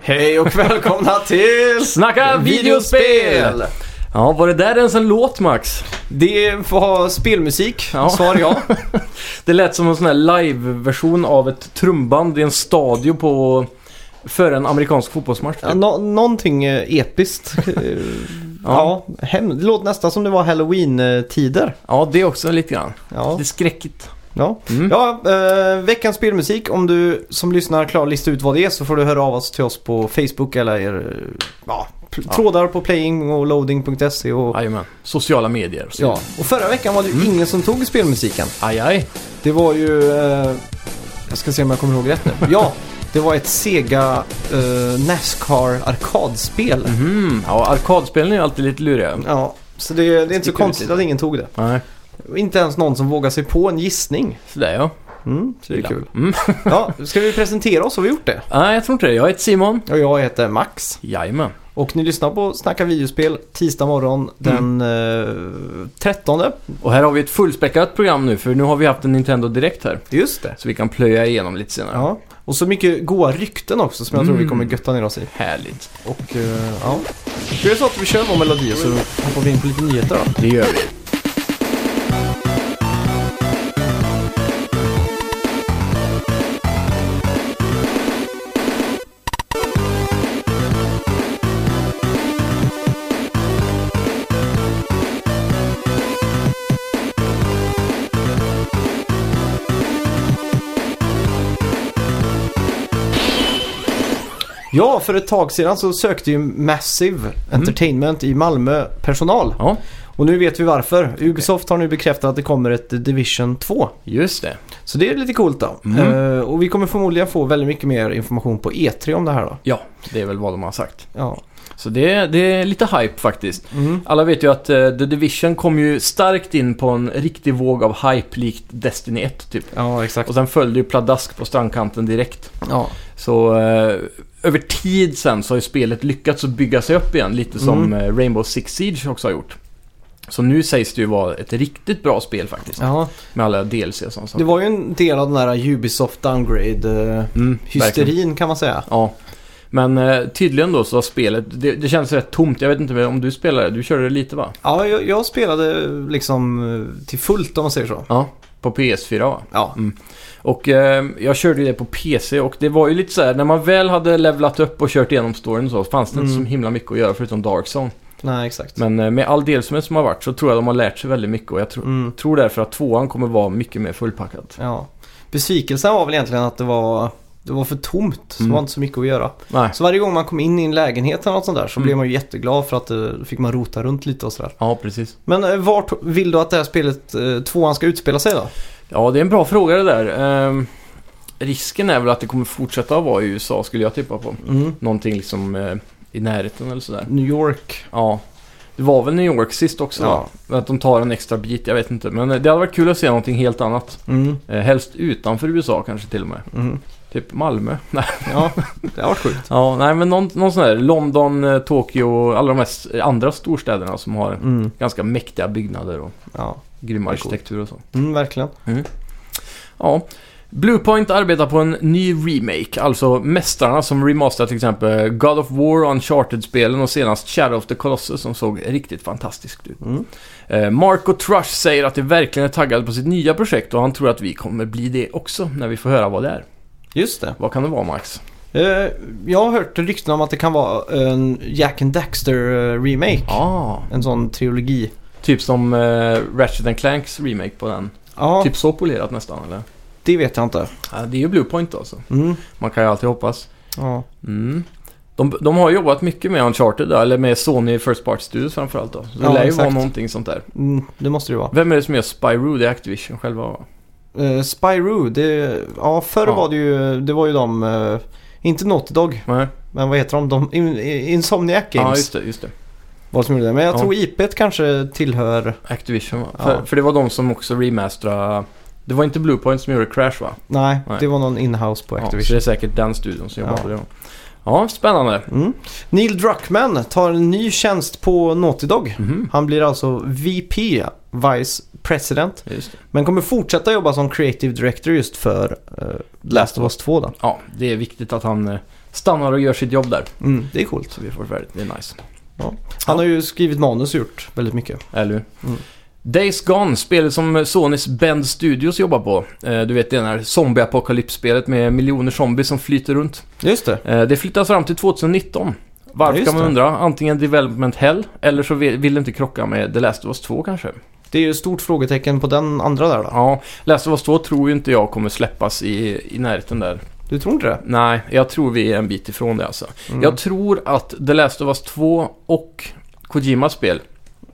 Hej och välkomna till Snacka videospel! Ja, var det där ens en låt Max? Det får ha spelmusik, Ja. svar ja. Det lät som en sån här live-version av ett trumband i en stadion på... Före en amerikansk fotbollsmatch. ja typ. nå- någonting eh, episkt. Eh, ja, hem- det låter nästan som det var halloween-tider. ja, det också lite grann. Ja, Lite skräckigt. ja. Mm. ja eh, veckans spelmusik. Om du som lyssnar klarar att lista ut vad det är så får du höra av oss till oss på Facebook eller er, eh, ja, pr- Ja. trådar på playing och loading.se. Och, Jajamän. Sociala medier. Så. ja. och förra veckan var det Mm. ju ingen som tog spelmusiken. Aj, aj. Det var ju... Eh, jag ska se om jag kommer ihåg rätt nu. Ja, det var ett Sega eh, Nascar arkadspel. Mhm. Ja, arkadspelen är ju alltid lite luriga. Ja, så det, det är inte så Sticker ut konstigt lite. att ingen tog det. Nej, Och Inte ens någon som vågar sig på en gissning. sådär ja. Mm, så det är Illa. kul. Mm. Ja, ska vi presentera oss? Har vi gjort det? Nej, jag tror inte det. Jag heter Simon. Och jag heter Max. Jajamän. Och ni lyssnar på Snacka videospel tisdag morgon den Mm. eh, 13. Och här har vi ett fullspäckat program nu, för nu har vi haft en Nintendo Direkt här. Just det. Så vi kan plöja igenom lite senare. Ja. Och så mycket goa rykten också som jag Mm. tror vi kommer götta ner oss i. Härligt. Och eh, ja. Ska vi så att vi kör vår melodi och så hoppar vi in på lite nyheter då. Det gör vi. Ja, för ett tag sedan så sökte ju Massive Entertainment i Malmö personal. Ja, Och nu vet vi varför. Ubisoft har nu bekräftat att det kommer ett Division 2. just det. Så det är lite coolt då. Mm. Eh, och vi kommer förmodligen få väldigt mycket mer information på E3 om det här då. Ja, det är väl vad de har sagt. Ja. Så det, det är lite hype faktiskt. Mm. Alla vet ju att eh, The Division kom ju starkt in på en riktig våg av hype likt Destiny 1 typ. Ja, exakt. Och sen följde ju pladask på strandkanten direkt. Ja. Så eh, över tid sen så har ju spelet lyckats att bygga sig upp igen, lite som eh, Rainbow Six Siege också har gjort. Så nu sägs det ju vara ett riktigt bra spel faktiskt, ja. med alla DLC och sånt. Det var ju en del av den här Ubisoft downgrade-hysterin mm, verkligen. kan man säga. Ja. Men eh, tydligen då så har spelet, det, det känns rätt tomt. Jag vet inte om du spelade, du körde det lite va? Ja, jag, jag spelade liksom eh, till fullt om man säger så. Ja, på PS4 va? Ja. Och eh, jag körde ju det på PC och det var ju lite så här, när man väl hade levlat upp och kört igenom storyn och så, fanns det inte Mm. så himla mycket att göra förutom Dark Zone. Nej, exakt. Men eh, med all del som som har varit så tror jag de har lärt sig väldigt mycket och jag tror, Mm. tror därför att tvåan kommer vara mycket mer fullpackad. Ja. Besvikelsen var väl egentligen att det var, det var för tomt. Så det Mm. var inte så mycket att göra. Nej. Så varje gång man kom in i en lägenhet eller något sånt där så Mm. blev man ju jätteglad för att eh, då fick man rota runt lite och sådär. Ja, precis. Men eh, vart vill du att det här spelet, eh, tvåan, ska utspela sig då? Ja, det är en bra fråga det där. Ehm, risken är väl att det kommer fortsätta att vara i USA skulle jag tippa på. Mm. Någonting liksom eh, i närheten eller sådär. New York. Ja. Det var väl New York sist också Ja. va? Att de tar en extra bit, jag vet inte. Men eh, det hade varit kul att se någonting helt annat. Mm. Eh, helst utanför USA kanske till och med. Mm. Typ Malmö. Nej, Ja, det har varit sjukt. ja, nej men någon, någon sån här London, eh, Tokyo och alla de här s- eh, andra storstäderna som har Mm. ganska mäktiga byggnader och Ja, grym är coolt. arkitektur och så. mm, verkligen. Ja. Bluepoint arbetar på en ny remake, alltså mästarna som remasterar till exempel God of War, Uncharted-spelen och senast Shadow of the Colossus som såg riktigt fantastiskt ut. Mm. Eh, Marco Trush säger att de verkligen är taggade på sitt nya projekt och han tror att vi kommer bli det också när vi får höra vad det är. Just det. Vad kan det vara Max? Eh, jag har hört rykten om att det kan vara en Jack and Daxter-remake. Ah, En sån trilogi. typ som eh, Ratchet and Clanks remake på den. Ja, Typ så polerat nästan eller? det vet jag inte. Ja, det är ju Bluepoint alltså. Mm. Man kan ju alltid hoppas. Ja. Mm. De, de har jobbat mycket med Uncharted där, eller med Sony First Part Studios framförallt då. Så det Ja, lär ju exakt. vara någonting sånt där. Mm, det måste det ju vara. Vem är det som gör Spyro? Det är Activision själva va? Uh, Spyro, det, ja förr Ja. var det ju, det var ju de, eh, inte Naughty Dog, Nej? men vad heter de? de in, in- Insomniac Ja, Games just det, just det. var det som gjorde det. Men jag Ja. tror IPet kanske tillhör, Activision va? Ja. För, för det var de som också remasterade... Det var inte Bluepoint som gjorde Crash va? nej, Nej. det var någon inhouse på Ja, så Activision. det är säkert den studion som jobbar Ja. på det. då. Ja, spännande. Mm. Neil Druckmann tar en ny tjänst på Naughty Dog. Mhm. Han blir alltså VP, Vice President. Just det. Men kommer fortsätta jobba som Creative Director just för eh, Last of Us 2 då. Ja, det är viktigt att han eh, stannar och gör sitt jobb där. Mm, det är coolt. Så vi får väldigt, det är nice. Han har ju skrivit manus och gjort väldigt mycket. Eller hur? Mm. Days Gone, spelet som Sonys Bend Studios jobbar på. Eh, Du vet det där zombieapokalypsspelet med miljoner zombies som flyter runt. Just det. Eh, Det flyttas fram till 2019. Ja, Varför just kan man det. undra? Antingen Development Hell, eller så vill vill det inte krocka med The Last of Us 2 kanske. Det är ju ett stort frågetecken på den andra där då. Ja, Last of Us 2 tror ju inte jag kommer släppas i, i närheten där. Du tror inte det? Nej, jag tror vi är en bit ifrån det alltså. Mm. Jag tror att The Last of Us 2 och Kojimas spel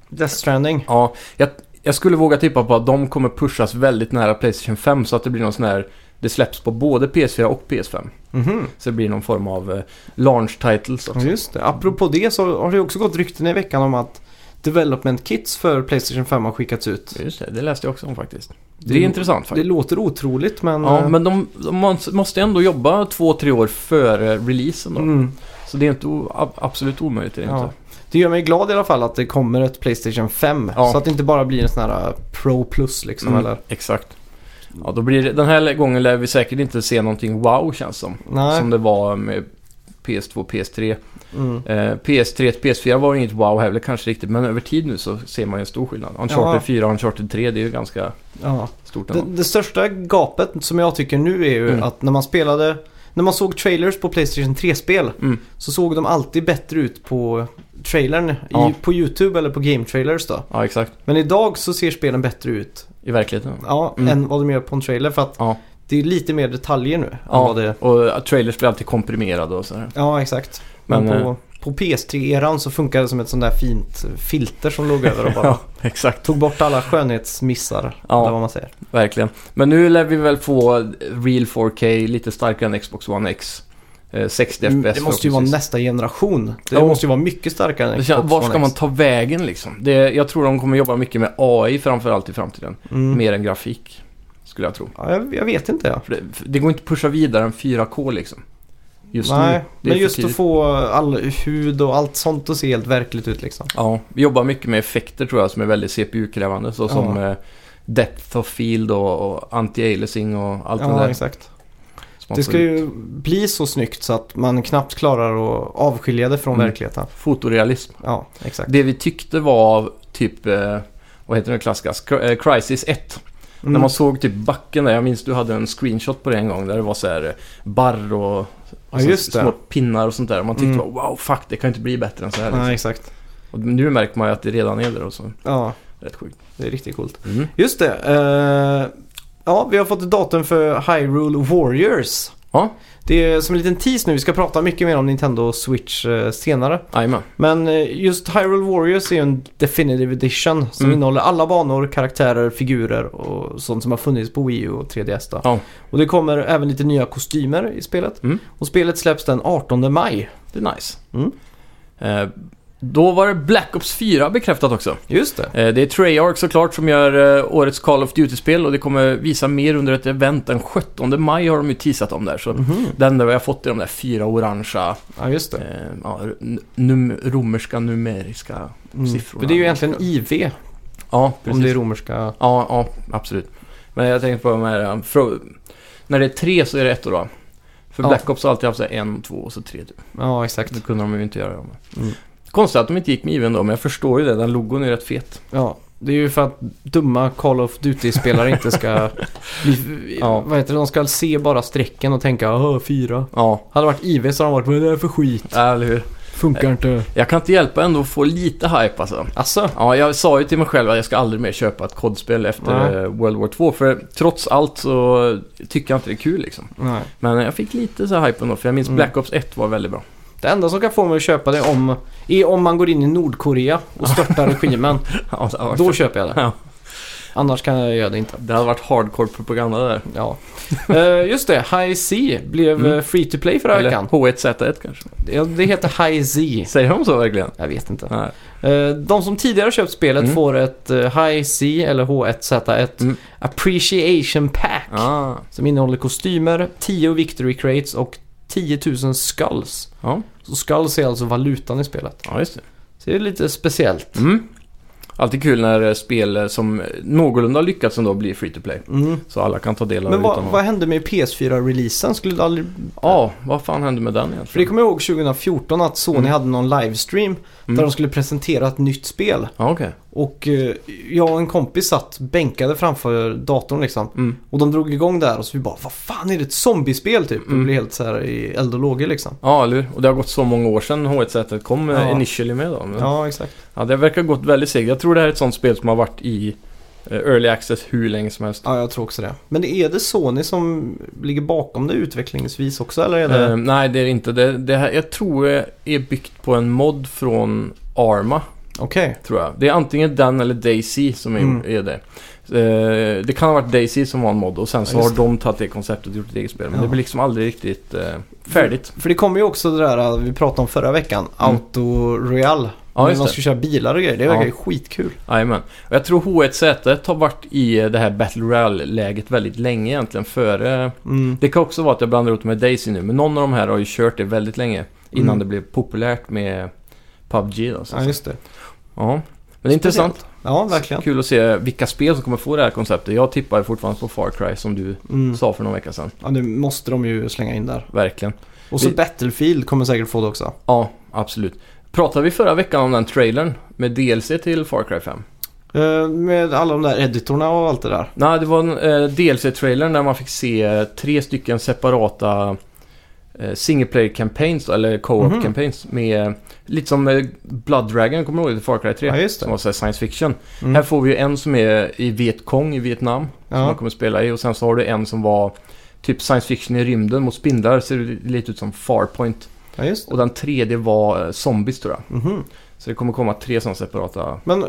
Death Stranding. Ja, jag, jag skulle våga tippa på att de kommer pushas väldigt nära Playstation 5 så att det blir någon sån här... Det släpps på både PS4 och PS5. Mhm. Så det blir någon form av eh, launch titles Ja, också. Just det. Apropå det så har det ju också gått rykten i veckan om att Development Kits för Playstation 5 har skickats ut. Just det, det läste jag också om faktiskt. Det är Det- intressant Det faktiskt. låter otroligt men... Ja, eh, men de, de måste- måste ändå jobba två, tre år före releasen då. Mm. Så det är inte o, ab- absolut omöjligt. Det är det Ja. inte. Det gör mig glad i alla fall att det kommer ett Playstation 5. Ja. Så att det inte bara blir en sån här eh, Pro Plus liksom. Mm, Eller, Exakt. Ja, då blir det, den här gången lär vi säkert inte se någonting wow känns som. nej. Som det var med PS2, PS3. Mm. Eh, PS3 till PS4 var ju inget wow heller kanske riktigt, men över tid nu så ser man ju en stor skillnad. Uncharted Ja. 4 och Uncharted 3, det är ju ganska Ja. stort Det, ändå. det största gapet som jag tycker nu är ju Mm. att när man spelade... När man såg trailers på Playstation 3-spel Mm. så såg de alltid bättre ut på trailern. Ja. I, på YouTube eller på Game Trailers då. Ja, exakt. Men idag så ser spelen bättre ut. I verkligheten. Ja, Mm. än vad de gör på en trailer för att Ja. det är lite mer detaljer nu. Ja. Än vad det, Och eh, trailers blir alltid komprimerade och sådär. ja exakt. Men, Men, eh, på, på PS3-eran så funkade det som ett sånt där fint filter som låg över och bara Ja, exakt. tog bort alla skönhetsmissar. Ja. Eller vad man säger. Verkligen. Men nu lär vi väl få Real 4K lite starkare än Xbox One X. Eh, 60 Mm, FPS Det måste ju vara förhoppningsvis. nästa generation. Det Ja. måste ju vara mycket starkare än Det känns- Xbox Var ska One man X. ta vägen liksom? Det, jag tror de kommer jobba mycket med AI framförallt i framtiden. Mm. Mer än grafik, skulle jag tro. Ja, jag, jag vet inte. Ja. För det, för det går inte att pusha vidare än 4K liksom. Just Nej, nu. Det men är för just att tidigt. få all hud och allt sånt att se helt verkligt ut liksom. Ja, vi jobbar mycket med effekter tror jag som är väldigt CPU-krävande. Så Ja. som eh, Depth of Field och, och Anti-Aliasing och allt det Ja, där. exakt. som man Det får ska ut. ju bli så snyggt så att man knappt klarar att avskilja det från Mm. verkligheten. Fotorealism. Ja, exakt. Det vi tyckte var typ, eh, vad heter den klassiska? Sk- eh, Crisis 1. Mm. När man såg typ backen där. Jag minns du hade en screenshot på det en gång där det var så här eh, barr och, och Ja, så- just det. små pinnar och sånt där. Man tyckte Mm. bara wow, fuck det kan inte bli bättre än så här. Nej, Liksom. exakt. Och nu märker man ju att det redan är där och så. Ja, Rätt sjukt. det är riktigt coolt. Just det. eh, ja, vi har fått ett datum för Hyrule Warriors. Ja. Det är som en liten tease nu. Vi ska prata mycket mer om Nintendo Switch eh, senare. Jajamän. Men eh, just Hyrule Warriors är ju en Definitive Edition som Mm. innehåller alla banor, karaktärer, figurer och sånt som har funnits på Wii U och 3DS. Då. Ja. Och det kommer även lite nya kostymer i spelet. Mm. Och spelet släpps den 18 maj. Det är nice. Mm. Eh, då var det Black Ops 4 bekräftat också. Just det. Eh, det är Treyarch såklart som gör eh, årets Call of Duty-spel och det kommer visa mer under ett event den 17 maj har de ju teasat om där. Så Mhm. den där vi har fått är de där fyra orangea, Ja, just det. eh, ja, n- num romerska numeriska. Mm. siffrorna. För det är ju egentligen IV Ja, om precis. det är romerska. Ja, ja, absolut. Men jag tänker på de här, um, fro- när det är tre så är det ett då. då. För Ja. Black Ops har alltid haft så här en, två och så tre. Typ. Ja, exakt. Det kunde de ju inte göra. om. Mm. Konstigt att de inte gick med IVn då, men jag förstår ju det. Den logon är ju rätt fet. Ja, det är ju för att dumma Call of Duty-spelare inte ska bli, Ja. vad heter det, de ska se bara strecken och tänka Åh, fyra. Ja, Hade det varit IV så hade de varit, vad är det här för skit? eller hur. Funkar inte. Jag kan inte hjälpa ändå att få lite hype alltså. Alltså, Ja, jag sa ju till mig själv att jag ska aldrig mer köpa ett kodspel efter Nej. eh, World War 2 för trots allt så tycker jag inte det är kul liksom. nej. Men jag fick lite så här hype ändå, för jag minns Mm. Black Ops 1 var väldigt bra. Det enda som kan få mig att köpa det om, är om man går in i Nordkorea och störtar regimen. Ja, det, hade varit Då fett. köper jag det. Ja. Annars kan jag göra det inte. det hade varit hardcore propaganda där. Ja. Eh, just det, High C blev Mm. eh, free to play förra Eller veckan. H1Z1 kanske. Ja, Det heter High Z. Säger de så verkligen? Jag vet inte. Nej. Eh, De som tidigare köpt spelet Mm. får ett eh, High C eller H1Z1 Mm. Appreciation Pack. Ah, Som innehåller kostymer, 10 Victory Crates och 10 000 skulls. ja. Så skulls är alltså valutan i spelet. ja, just det. Så det är lite speciellt. Mm. Alltid kul när eh, spel som någorlunda har lyckats ändå blir free to play. Mm. Så alla kan ta del av Men det vad, utan att- vad hände med PS4-releasen? Skulle det aldrig... Ja, vad fan hände med den För det egentligen? kommer jag ihåg 2014 att Sony Mm. hade någon livestream där Mm. de skulle presentera ett nytt spel. Ja, okej. Och eh, jag och en kompis satt bänkade framför datorn liksom. Mm. Och de drog igång där och så vi bara, vad fan är det ett zombiespel typ? Mm. Mm. Och blev helt så här i eld och lågor liksom. Ja, eller hur? Och det har gått så många år sedan H1Z kom ja. Ja. initially med då. Men, ja. Ja, exakt. det verkar gått väldigt segt. Jag tror det här är ett sånt spel som har varit i eh, early access hur länge som helst. Ja, jag tror också det. Men är det Sony som ligger bakom det utvecklingsvis också eller är det... Eh, nej, det är det inte. Det, det här, jag tror det är byggt på en mod från Arma, Okej. tror jag. Det är antingen den eller Daisy som är, Mm. är det. Eh, det kan ha varit Daisy som var en mod och sen så Ja, har just de tagit det konceptet och gjort ett eget spel. Men Ja. det blir liksom aldrig riktigt eh, färdigt. För det kommer ju också det där eh, vi pratade om förra veckan, Mm. Auto Royal. Ja, när just Mm. man det. ska köra bilar och grejer, det Ja. verkar ju skitkul. Jajamän. Och jag tror H1Z har varit i eh, det här Battle Royale-läget väldigt länge egentligen. Före... Mm. Det kan också vara att jag blandar ihop det med Daisy nu, men någon av de här har ju kört det väldigt länge. Innan Mm. det blev populärt med PubG då, så att Ja, säga. just det. Ja, men det är intressant. Ja, verkligen. Kul att se vilka spel som kommer få det här konceptet. Jag tippar fortfarande på Far Cry som du Mm. sa för någon vecka sedan. Ja, det måste de ju slänga in där. Verkligen. Och så Vi- Battlefield kommer säkert få det också. Ja, absolut. Pratade vi förra veckan om den trailern med DLC till Far Cry 5? Eh, Med alla de där editorna och allt det där. Nej, det var en eh, DLC-trailern där man fick se eh, tre stycken separata eh, single player campaigns eller co-op Mhm. campaigns med eh, lite som eh, Blood Dragon kommer du ihåg i Far Cry 3? Ja, just det. som var så här science fiction. Mm. Här får vi ju en som är i Vietkong i Vietnam som Ja. man kommer spela i och sen så har du en som var typ science fiction i rymden mot spindlar ser det lite ut som Farpoint. Ja, just det. Och den tredje var eh, zombies tror jag. Mhm. Så det kommer komma tre sådana separata... Men eh,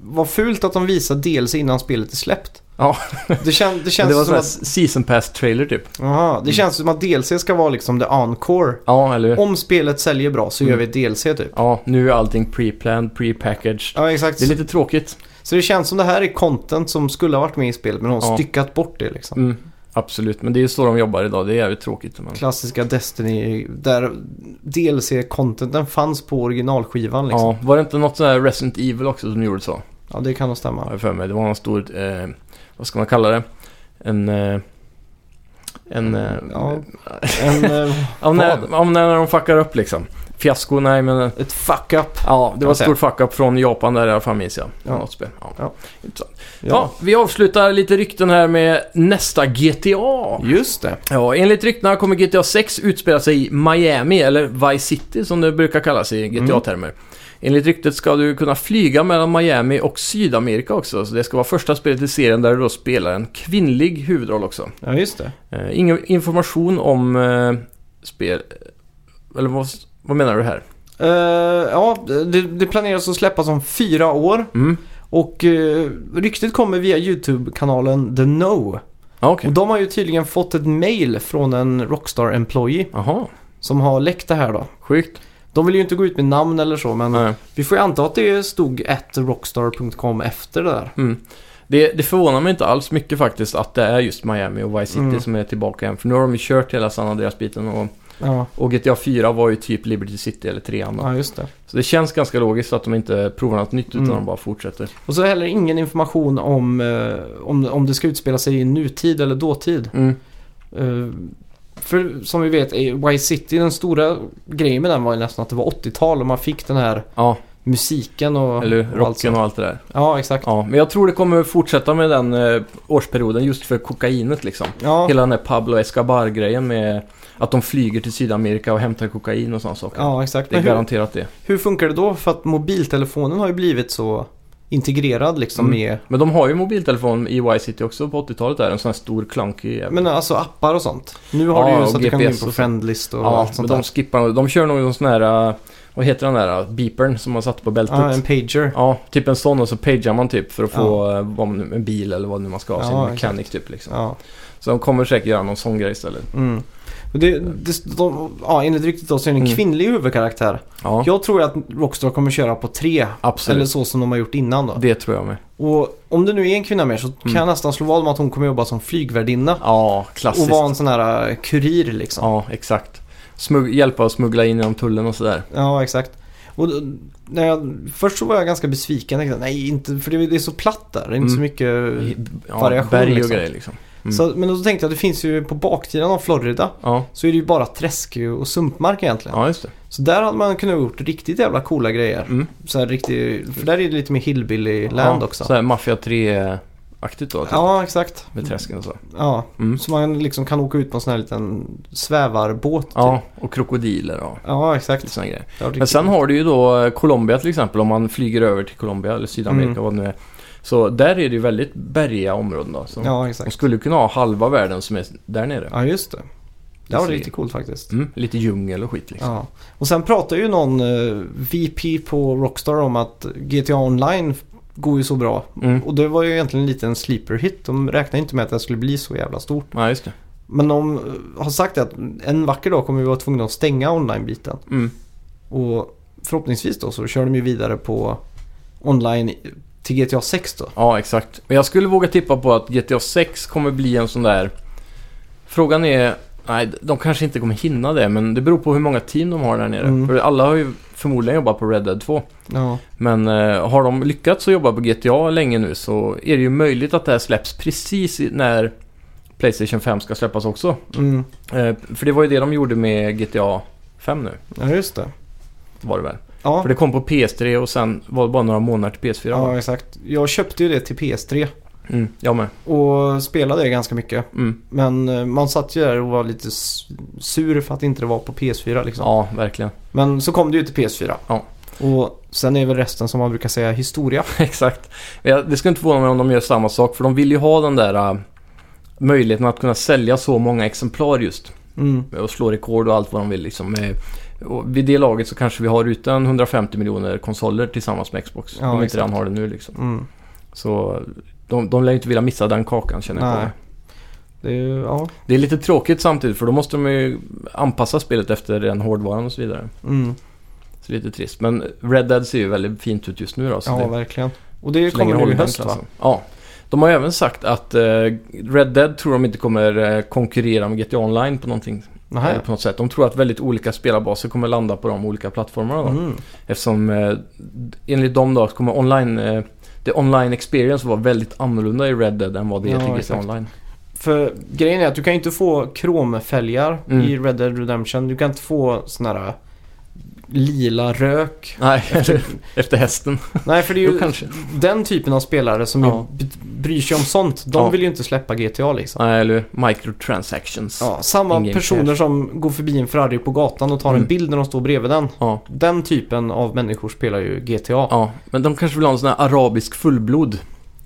vad fult att de visar dels innan spelet är släppt. Ja. Det, kän, det Men känns det som var sån här att... season pass-trailer typ. Aha, det känns som att DLC ska vara liksom the encore. Ja, eller hur? Om spelet säljer bra så gör Mm. vi ett DLC typ. Ja, nu är allting pre-planned, pre-packaged. Ja, exakt. Det är lite tråkigt. Så det känns som det här är content som skulle ha varit med i spelet men de har Ja. styckat bort det liksom. Mm, absolut, men det är ju så de jobbar idag. Det är jävligt tråkigt. Men... Klassiska Destiny där DLC-contenten fanns på originalskivan liksom. Ja, Ja, var det inte något sånt här Resident Evil också som gjorde så? det kan nog Har stämma. jag för mig. Det var någon stor, eh, vad ska man kalla det? En... Eh, en... Eh, Ja, en, eh, om, när, vad? om när de fuckar upp liksom. Fiasko, nej men... eh, ett fuck-up. Ja, det Kan var man ett säga. stort fuck-up från Japan där i alla fall minns jag. Ja. Något spel. Ja. Ja. Intressant. Ja, vi avslutar lite rykten här med nästa GTA. Just det. Ja, enligt ryktena kommer GTA 6 utspela sig i Miami, eller Vice City som det brukar kallas i GTA-termer. Mm. Enligt ryktet ska du kunna flyga mellan Miami och Sydamerika också, så det ska vara första spelet i serien där du då spelar en kvinnlig huvudroll också. Ja, just det. Eh, ingen information om eh, spel... Eller vad, vad menar du här? Eh, ja, det, det planeras att släppas om fyra år. Mm. Och eh, ryktet kommer via YouTube-kanalen The Know. Ja, Ah, okej. Och de har ju tydligen fått ett mail från en Rockstar-employee Jaha, som har läckt det här då. sjukt. Eh, De vill ju inte gå ut med namn eller så men Nej. vi får ju anta att det stod at rockstar.com efter det där. Mm. Det, det förvånar mig inte alls mycket faktiskt att det är just Miami och Vice City Mm. som är tillbaka igen. För nu har de ju kört hela San Andreas-biten och Ja, Och GTA 4 var ju typ Liberty City eller 3 då. ja just det. Så det känns ganska logiskt att de inte provar något nytt utan Mm. de bara fortsätter. Och så heller ingen information om, eh, om, om det ska utspela sig i nutid eller dåtid. Mm. Eh, för som vi vet, är Vice City, den stora grejen med den var ju nästan att det var 80-tal och man fick den här Ja, musiken och... eller och allt rocken sånt. och allt det där. Ja, exakt. Ja, men jag tror det kommer fortsätta med den eh, årsperioden just för kokainet liksom. Ja, Hela den här Pablo Escobar-grejen med att de flyger till Sydamerika och hämtar kokain och sådana saker. ja exakt. Det är Men hur, garanterat det. hur funkar det då? För att mobiltelefonen har ju blivit så integrerad liksom Mm. med... Men de har ju mobiltelefon i Vice City också på 80-talet där. En sån här stor clunky jävel. Men alltså appar och sånt. Nu har Ja, du ju så och att du kan gå in GPS på och så. friendlist och ja, allt men sånt de där. skippar nog- De kör nog en sån här, eh, vad heter den där, eh, beepern som man satte på bältet. Ja, en pager. Ja, typ en sån och så pagear man typ för att få eh, vad man nu- en bil eller vad nu man ska ha, sin Ja, mechanic typ liksom. Ja. Så de kommer säkert göra någon sån grej istället. Mm. Och Det, det, de, ja, enligt ryktet då så är det en Mm. kvinnlig huvudkaraktär. Ja, Jag tror att Rockstar kommer köra på tre. Eller absolut. så som de har gjort innan då. Det tror jag med. Och om det nu är en kvinna mer så Mm. kan jag nästan slå vad om att hon kommer jobba som flygvärdinna. Ja, Och klassiskt. vara en sån här eh, kurir liksom. Ja, exakt. Smugg- hjälpa att smuggla in genom tullen och sådär. Ja, exakt. Och Och då- när jag, först så var jag ganska besviken. Jag tänkte, nej, inte, för det, det är så platt där. Det är inte så Mm. mycket... Ja, Variation, berg och liksom. grejer liksom. Mm. Så, men då tänkte jag, det finns ju på baksidan av Florida. Ja. Så är det ju bara träsk och sumpmark egentligen. ja, just det. Så där hade man kunnat gjort riktigt jävla coola grejer. Mm. Så här riktigt, för där är det lite mer hillbilly-land ja, också. Så här Mafia 3-aktigt då, typ, Ja, exakt. med träsken och så. Ja. Mm. Så man liksom kan åka ut på en sån här liten svävarbåt. typ. Ja, och krokodiler och ja, exakt. lite såna grejer. Det var Men riktigt- sen har du ju då eh, Colombia till exempel, om man flyger över till Colombia eller Sydamerika Mm. vad det nu är. Så där är det ju väldigt bergiga områden då. Så Ja, De exakt. skulle kunna ha halva världen som är där nere. Ja, just det. Det var ser- riktigt coolt faktiskt. Mm. Lite djungel och skit liksom. Ja. Och sen pratar ju någon eh, VP på Rockstar om att GTA Online f- går ju så bra. Mm. Och det var ju egentligen lite en sleeper hit. De räknade inte med att det skulle bli så jävla stort. Ja, just det. Men de eh, har sagt att en vacker dag kommer vi vara tvungna att stänga online-biten. Mm. Och förhoppningsvis då så kör de ju vidare på online till GTA 6 då. Ja, exakt. Men jag skulle våga tippa på att GTA 6 kommer bli en sån där... Frågan är... Nej, de kanske inte kommer hinna det, men det beror på hur många team de har där nere. Mm. För alla har ju förmodligen jobbat på Red Dead 2. Ja, Men eh, har de lyckats att jobba på GTA länge nu så är det ju möjligt att det här släpps precis i- när Playstation 5 ska släppas också. mm. Eh, för det var ju det de gjorde med GTA 5 nu, ja just det. var det väl? Ja. För det kom på PS3 och sen var det bara några månader till PS4. ja, va? exakt. Jag köpte ju det till PS3 Mm, jag med. och spelade det ganska mycket. Mm. Men eh, man satt ju där och var lite s- sur för att inte det var på PS4 liksom. Ja, verkligen. Men så kom det ju till PS4. Ja. Och sen är väl resten som man brukar säga historia. Exakt. Men jag- Det skulle inte förvåna mig om de gör samma sak, för de vill ju ha den där äh, möjligheten att kunna sälja så många exemplar just. Mm. Och slå rekord och allt vad de vill liksom. Eh, Och vid det laget så kanske vi har utan 150 miljoner konsoler tillsammans med Xbox. Ja, om vi inte exakt. redan har det nu liksom. Mm. Så de, de lär ju inte vilja missa den kakan känner jag på Nej. mig. Det är ju, ja. Det är lite tråkigt samtidigt för då måste de ju anpassa spelet efter den hårdvaran och så vidare. Mm. Så det är lite trist. Men Red Dead ser ju väldigt fint ut just nu då. Så ja, det, verkligen. Och det Så kommer länge alltså. det nu i håller höst den va? klassen. Ja. De har även sagt att eh, Red Dead tror de inte kommer eh, konkurrera med GTA Online på, någonting, Nähä. eh, på något sätt. De tror att väldigt olika spelarbaser kommer landa på de olika plattformarna. Då. Mm. Eftersom eh, enligt dem då så kommer online, eh, det online experience vara väldigt annorlunda i Red Dead än vad det Ja, är till GTA exakt. Online. För grejen är att du kan ju inte få kromfälgar Mm. i Red Dead Redemption. Du kan inte få sån här lila rök. Nej, eller efter hästen. Nej, för det är Jo, ju kanske. den typen av spelare som Ja. ju b- bryr sig om sånt. De Ja. vill ju inte släppa GTA liksom. Nej, eller hur? microtransactions. Ja. Ja, samma In-game personer som går förbi en Ferrari på gatan och tar en Mm. bild när de står bredvid den. Ja. Den typen av människor spelar ju GTA. Ja, men de kanske vill ha en sån här arabisk fullblod.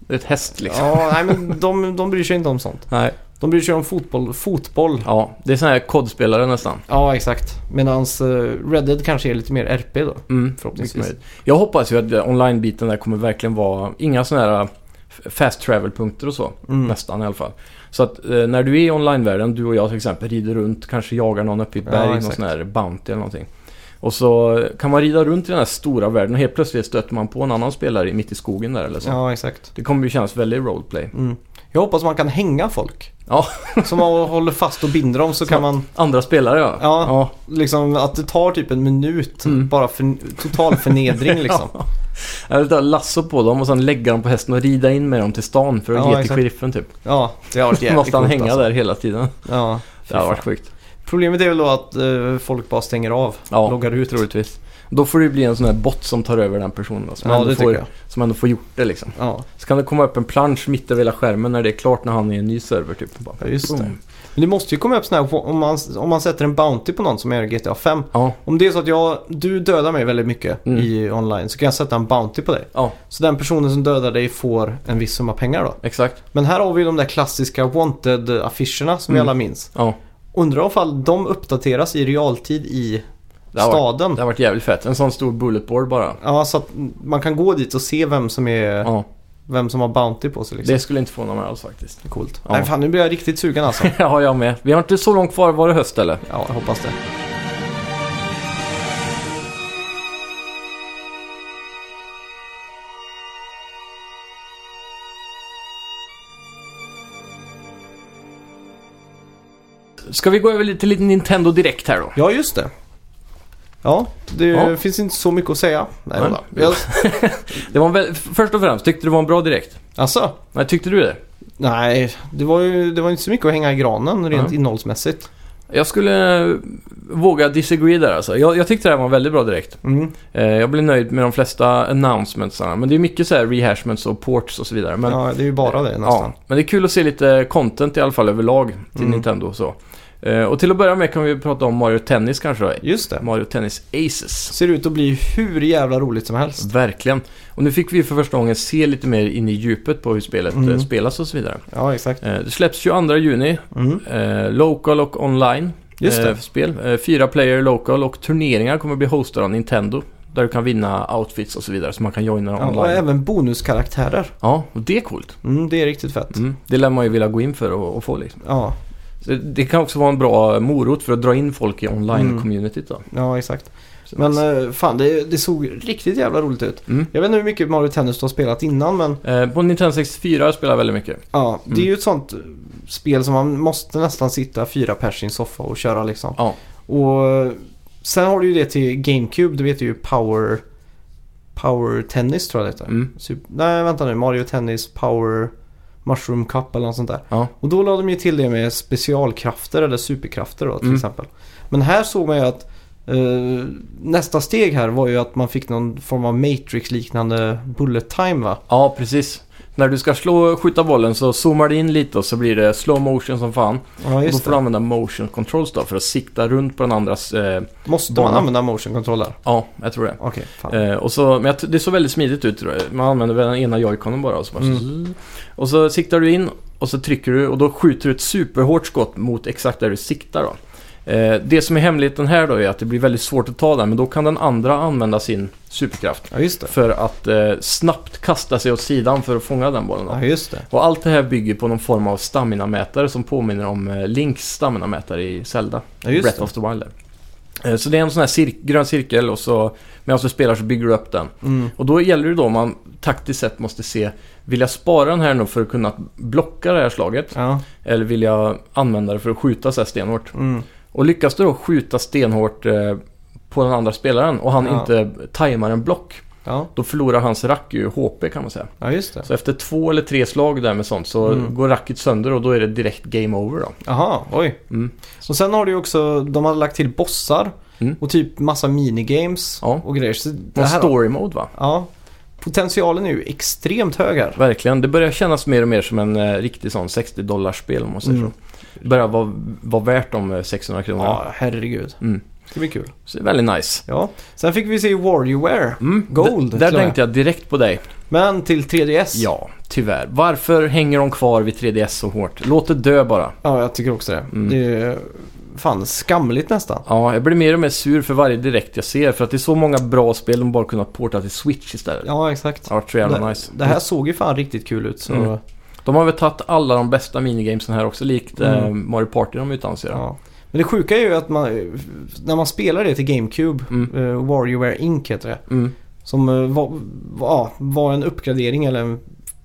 Ett häst liksom. nej men de, de bryr sig inte om sånt. Nej. De bryr sig om fotboll. fotboll. Ja, det är sån här kodspelare nästan. Ja, exakt. Medans eh, Red Dead kanske är lite mer RP då. Mm, Förhoppningsvis. mycket möjligt. Jag hoppas ju att eh, online-biten där kommer verkligen vara inga sådana här f- fast travel-punkter och så. Mm. Nästan i alla fall. Så att eh, när du är i online-världen, du och jag till exempel, rider runt, kanske jagar någon uppe i ett Ja, berg, någon exakt. sån här Bounty eller någonting. Och så eh, kan man rida runt i den här stora världen och helt plötsligt stöter man på en annan spelare i- mitt i skogen där eller så. Ja, exakt. Det kommer ju kännas väldigt roleplay. Mm. Jag hoppas man kan hänga folk. Ja. Som man håller fast och binder dem så kan man Andra spelare ja. Ja. liksom att det tar typ en minut Mm. bara för total förnedring liksom. Ja. Eller ta lasso på dem och sen lägga dem på hästen och rida in med dem till stan för att Ja, ge till exakt. sheriffen typ. Ja, det har varit Då jävligt måste han coolt, hänga alltså. där hela tiden. Ja. Det fan. hade varit sjukt. Problemet är väl då att eh, folk bara stänger av, Ja, loggar ut. troligtvis. Då får det ju bli en sån här bot som tar över den personen då, som, Ja, ändå det tycker får, jag. som ändå får gjort det liksom. Ja. Så kan det komma upp en plansch mitt över hela skärmen när det är klart när han är i en ny server typ. Bara, Ja, just boom. det. Men det måste ju komma upp sådana här, om man, om man sätter en Bounty på någon som är i GTA 5. Ja. Om det är så att jag, du dödar mig väldigt mycket Mm. i online så kan jag sätta en Bounty på dig. Ja, Så den personen som dödar dig får en viss summa pengar då. exakt. Men här har vi ju de där klassiska Wanted-affischerna som vi Mm. alla minns. Ja. Undrar ifall de uppdateras i realtid i Det har, varit, staden. det har varit jävligt fett. En sån stor bullet board bara. Ja, så att man kan gå dit och se vem som, är, Ja, vem som har Bounty på sig. Liksom. det skulle inte få mig alls faktiskt. Det är coolt. Ja. Nej, fan nu blir jag riktigt sugen alltså. ja, jag med. Vi har inte så långt kvar. Var det höst eller? Ja, jag hoppas det. Ska vi gå över lite- till lite Nintendo direkt här då? Ja, just det. Ja, det Ja. finns inte så mycket att säga. Nej, Nej. vadå? jag, Det var en väl, först och främst, tyckte du det var en bra direkt? alltså, Nej, tyckte du det? nej, det var ju det var inte så mycket att hänga i granen rent Nej. innehållsmässigt. Jag skulle eh, våga disagree där alltså. Jag, jag tyckte det här var en väldigt bra direkt. Mm. Eh, jag blev nöjd med de flesta announcementsarna. Men det är mycket så här rehashments och ports och så vidare. Men, ja, det är ju bara det nästan. Ja, men det är kul att se lite content i alla fall överlag till Mm. Nintendo och så. Eh, och till att börja med kan vi prata om Mario Tennis kanske då. Just det. Mario Tennis Aces. Ser ut att bli hur jävla roligt som Mm. helst. Verkligen. Och nu fick vi för första gången se lite mer in i djupet på hur spelet Mm. eh, spelas och så vidare. Ja, exakt. Eh, det släpps 22 juni, Mm. eh, local och online Just det. eh, spel. Eh, fyra player local och turneringar kommer bli hostade av Nintendo. Där du kan vinna outfits och så vidare så man kan joina Ja, och online. även bonuskaraktärer. Ja, och det är coolt. Mm, det är riktigt fett. Mm. Det lär man ju vilja gå in för och, och få liksom. Ja, Så Det kan också vara en bra morot för att dra in folk i Mm. online-communityt då. ja exakt. Så- Men eh, fan, det, det såg riktigt jävla roligt ut. Mm. Jag vet inte hur mycket Mario Tennis du har spelat innan, men Eh, På Nintendo 64 spelar jag väldigt mycket. ja, det är Mm. ju ett sånt eh, spel som man måste nästan sitta fyra pers i en soffa och köra liksom. Ja. Och eh, sen har du ju det till GameCube, du vet ju Power... Power Tennis tror jag det heter. Mm. Sup- nej, vänta nu. Mario Tennis Power Mushroom Cup eller något sånt där. Ja. Och då lade de ju till det med specialkrafter eller superkrafter då till Mm. exempel. Men här såg man ju att eh, nästa steg här var ju att man fick någon form av Matrix-liknande bullet time va? ja, precis. När du ska slå, skjuta bollen så zoomar det in lite och så blir det slow motion som fan. Ja, och då just får du det. använda motion controls då för att sikta runt på den andras... Eh, Måste man Bana. använda motion control där? ja, jag tror det. Okej, fan. Eh, och så, men jag, t- det såg väldigt smidigt ut. tror jag. Man använder väl den ena joyconen bara. Och så, bara Mm. och så siktar du in och så trycker du och då skjuter du ett superhårt skott mot exakt där du siktar. Då. Eh, det som är hemligheten här då är att det blir väldigt svårt att ta den men då kan den andra använda sin superkraft Ja, just det. för att eh, snabbt kasta sig åt sidan för att fånga den bollen. Då. Ja, just det. Och allt det här bygger på någon form av stamina-mätare som påminner om eh, Links stamina-mätare i Zelda. Ja, just Breath det. of the Wild. där. Eh, Så det är en sån här cir- grön cirkel och så medan du spelar så bygger du upp den. Mm. Och då gäller det då om man taktiskt sett måste se, vill jag spara den här nu för att kunna blocka det här slaget? Ja, Eller vill jag använda det för att skjuta så här stenhårt? mm. Och lyckas du då skjuta stenhårt eh, på den andra spelaren och han Ja. inte tajmar en block, ja. då förlorar hans rack ju HP kan man säga. ja just det. Så efter två eller tre slag där med sånt så Mm. går racket sönder och då är det direkt game over då. Jaha, oj. Mm. Och sen har du ju också, de har lagt till bossar Mm. och typ massa minigames Ja. och grejer. Så det Någon här, story mode va? ja, potentialen är ju extremt hög här. Verkligen, det börjar kännas mer och mer som en eh, riktig sån 60 dollars spel om man säger Mm. så. Det börjar vara, vara värt de eh, 600 kronorna. Ja, herregud. Mm. Det ska bli kul. Så det är väldigt nice. Ja, sen fick vi se WarioWare. Mm, Gold, d- till Där och med. tänkte jag direkt på dig. Men till 3DS. Ja, tyvärr. Varför hänger de kvar vid 3DS så hårt? Låt det dö bara. Ja, jag tycker också det. Mm. Det är fan skamligt nästan. Ja, jag blir mer och mer sur för varje direkt jag ser. För att det är så många bra spel de bara kunnat porta till Switch istället. Ja, exakt. Det har varit så jävla det, nice. det här såg ju fan riktigt kul ut. Så, Mm. De har väl tagit alla de bästa minigamesen här också, likt Mm. eh, Mario Party de utannonserade. ja. Men det sjuka är ju att man, när man spelar det till GameCube, Mm. eh, WarioWare Inc heter det, Mm. som eh, var, var, ja, var en uppgradering eller en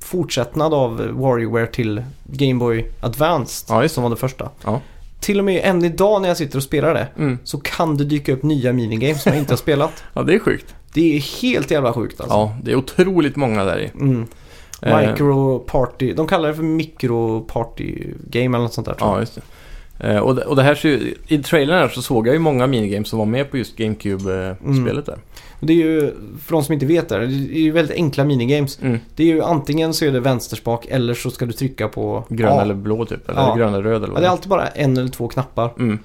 fortsättnad av eh, WarioWare till Game Boy Advanced Ja, just som var det första. Ja. Till och med än idag när jag sitter och spelar det Mm. så kan det dyka upp nya minigames som jag inte har spelat. Ja, det är sjukt. Det är helt jävla sjukt alltså. Ja, det är otroligt många där i. Mm. Eh, Micro party, de kallar det för micro party game eller något sånt där tror jag. Ja, just det. Eh, och, det, och det här ser ju, I trailern här så såg jag ju många minigames som var med på just Mm. GameCube-spelet där. Och Det är ju, för de som inte vet det, här, det är ju väldigt enkla minigames. Mm. Det är ju antingen så är det vänsterspak eller så ska du trycka på Grön A. eller blå typ, eller Ja. grön eller röd eller Ja, vad det det är är. alltid bara en eller två knappar. Mm.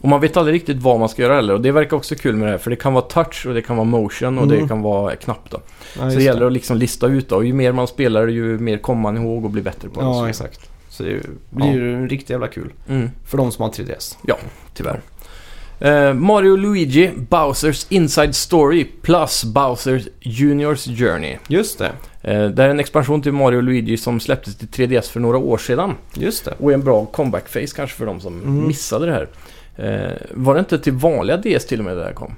Och man vet aldrig riktigt vad man ska göra heller. Och det verkar också kul med det här, för det kan vara touch och det kan vara motion och Mm. det kan vara knapp då. Ja, Så just det gäller att liksom lista ut då. Och ju mer man spelar ju mer kommer man ihåg och blir bättre på det. alltså. Ja, Så- exakt. Så det blir ju riktigt jävla kul Mm, för de som har 3DS. tyvärr. Eh, Mario Luigi, Bowsers Inside Story plus Bowsers Juniors Journey. Just det, Eh, det här är en expansion till Mario Luigi som släpptes till 3DS för några år sedan. just det. Och en bra comeback-face kanske för de som Mm. missade det här. Eh, var det inte till vanliga DS till och med det här kom?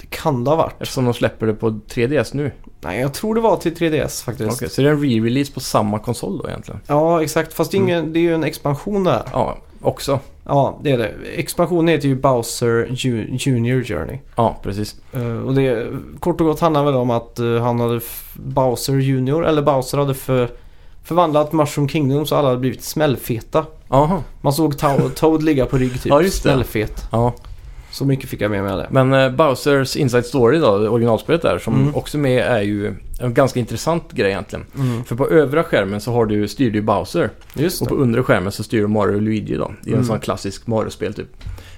Det kan det ha varit. Eftersom de släpper det på 3DS nu. Nej, jag tror det var till 3DS faktiskt. Okej, så det är en re-release på samma konsol då egentligen? Ja, exakt. Fast det är, ingen, det är ju en expansion där. Ja, också. Ja, det är det. Expansionen heter ju Bowser Ju- Junior Journey. Ja, precis. Eh, och det kort och gott handlar väl om att eh, han hade f- Bowser Junior, eller Bowser hade för, förvandlat Mushroom Kingdom så alla hade blivit smällfeta. Aha. Man såg Tao- Toad ligga på rygg typ. Ja, just det. Smällfet. Ja. Så mycket fick jag med mig av det. Men eh, Bowsers Inside Story då, det originalspelet där, som Mm. också är med är ju en ganska intressant grej egentligen. För på övre skärmen så har du, styr du Bowser Just och på det. undre skärmen så styr du Mario och Luigi då. Det är en Mm. sån klassisk Mario-spel typ.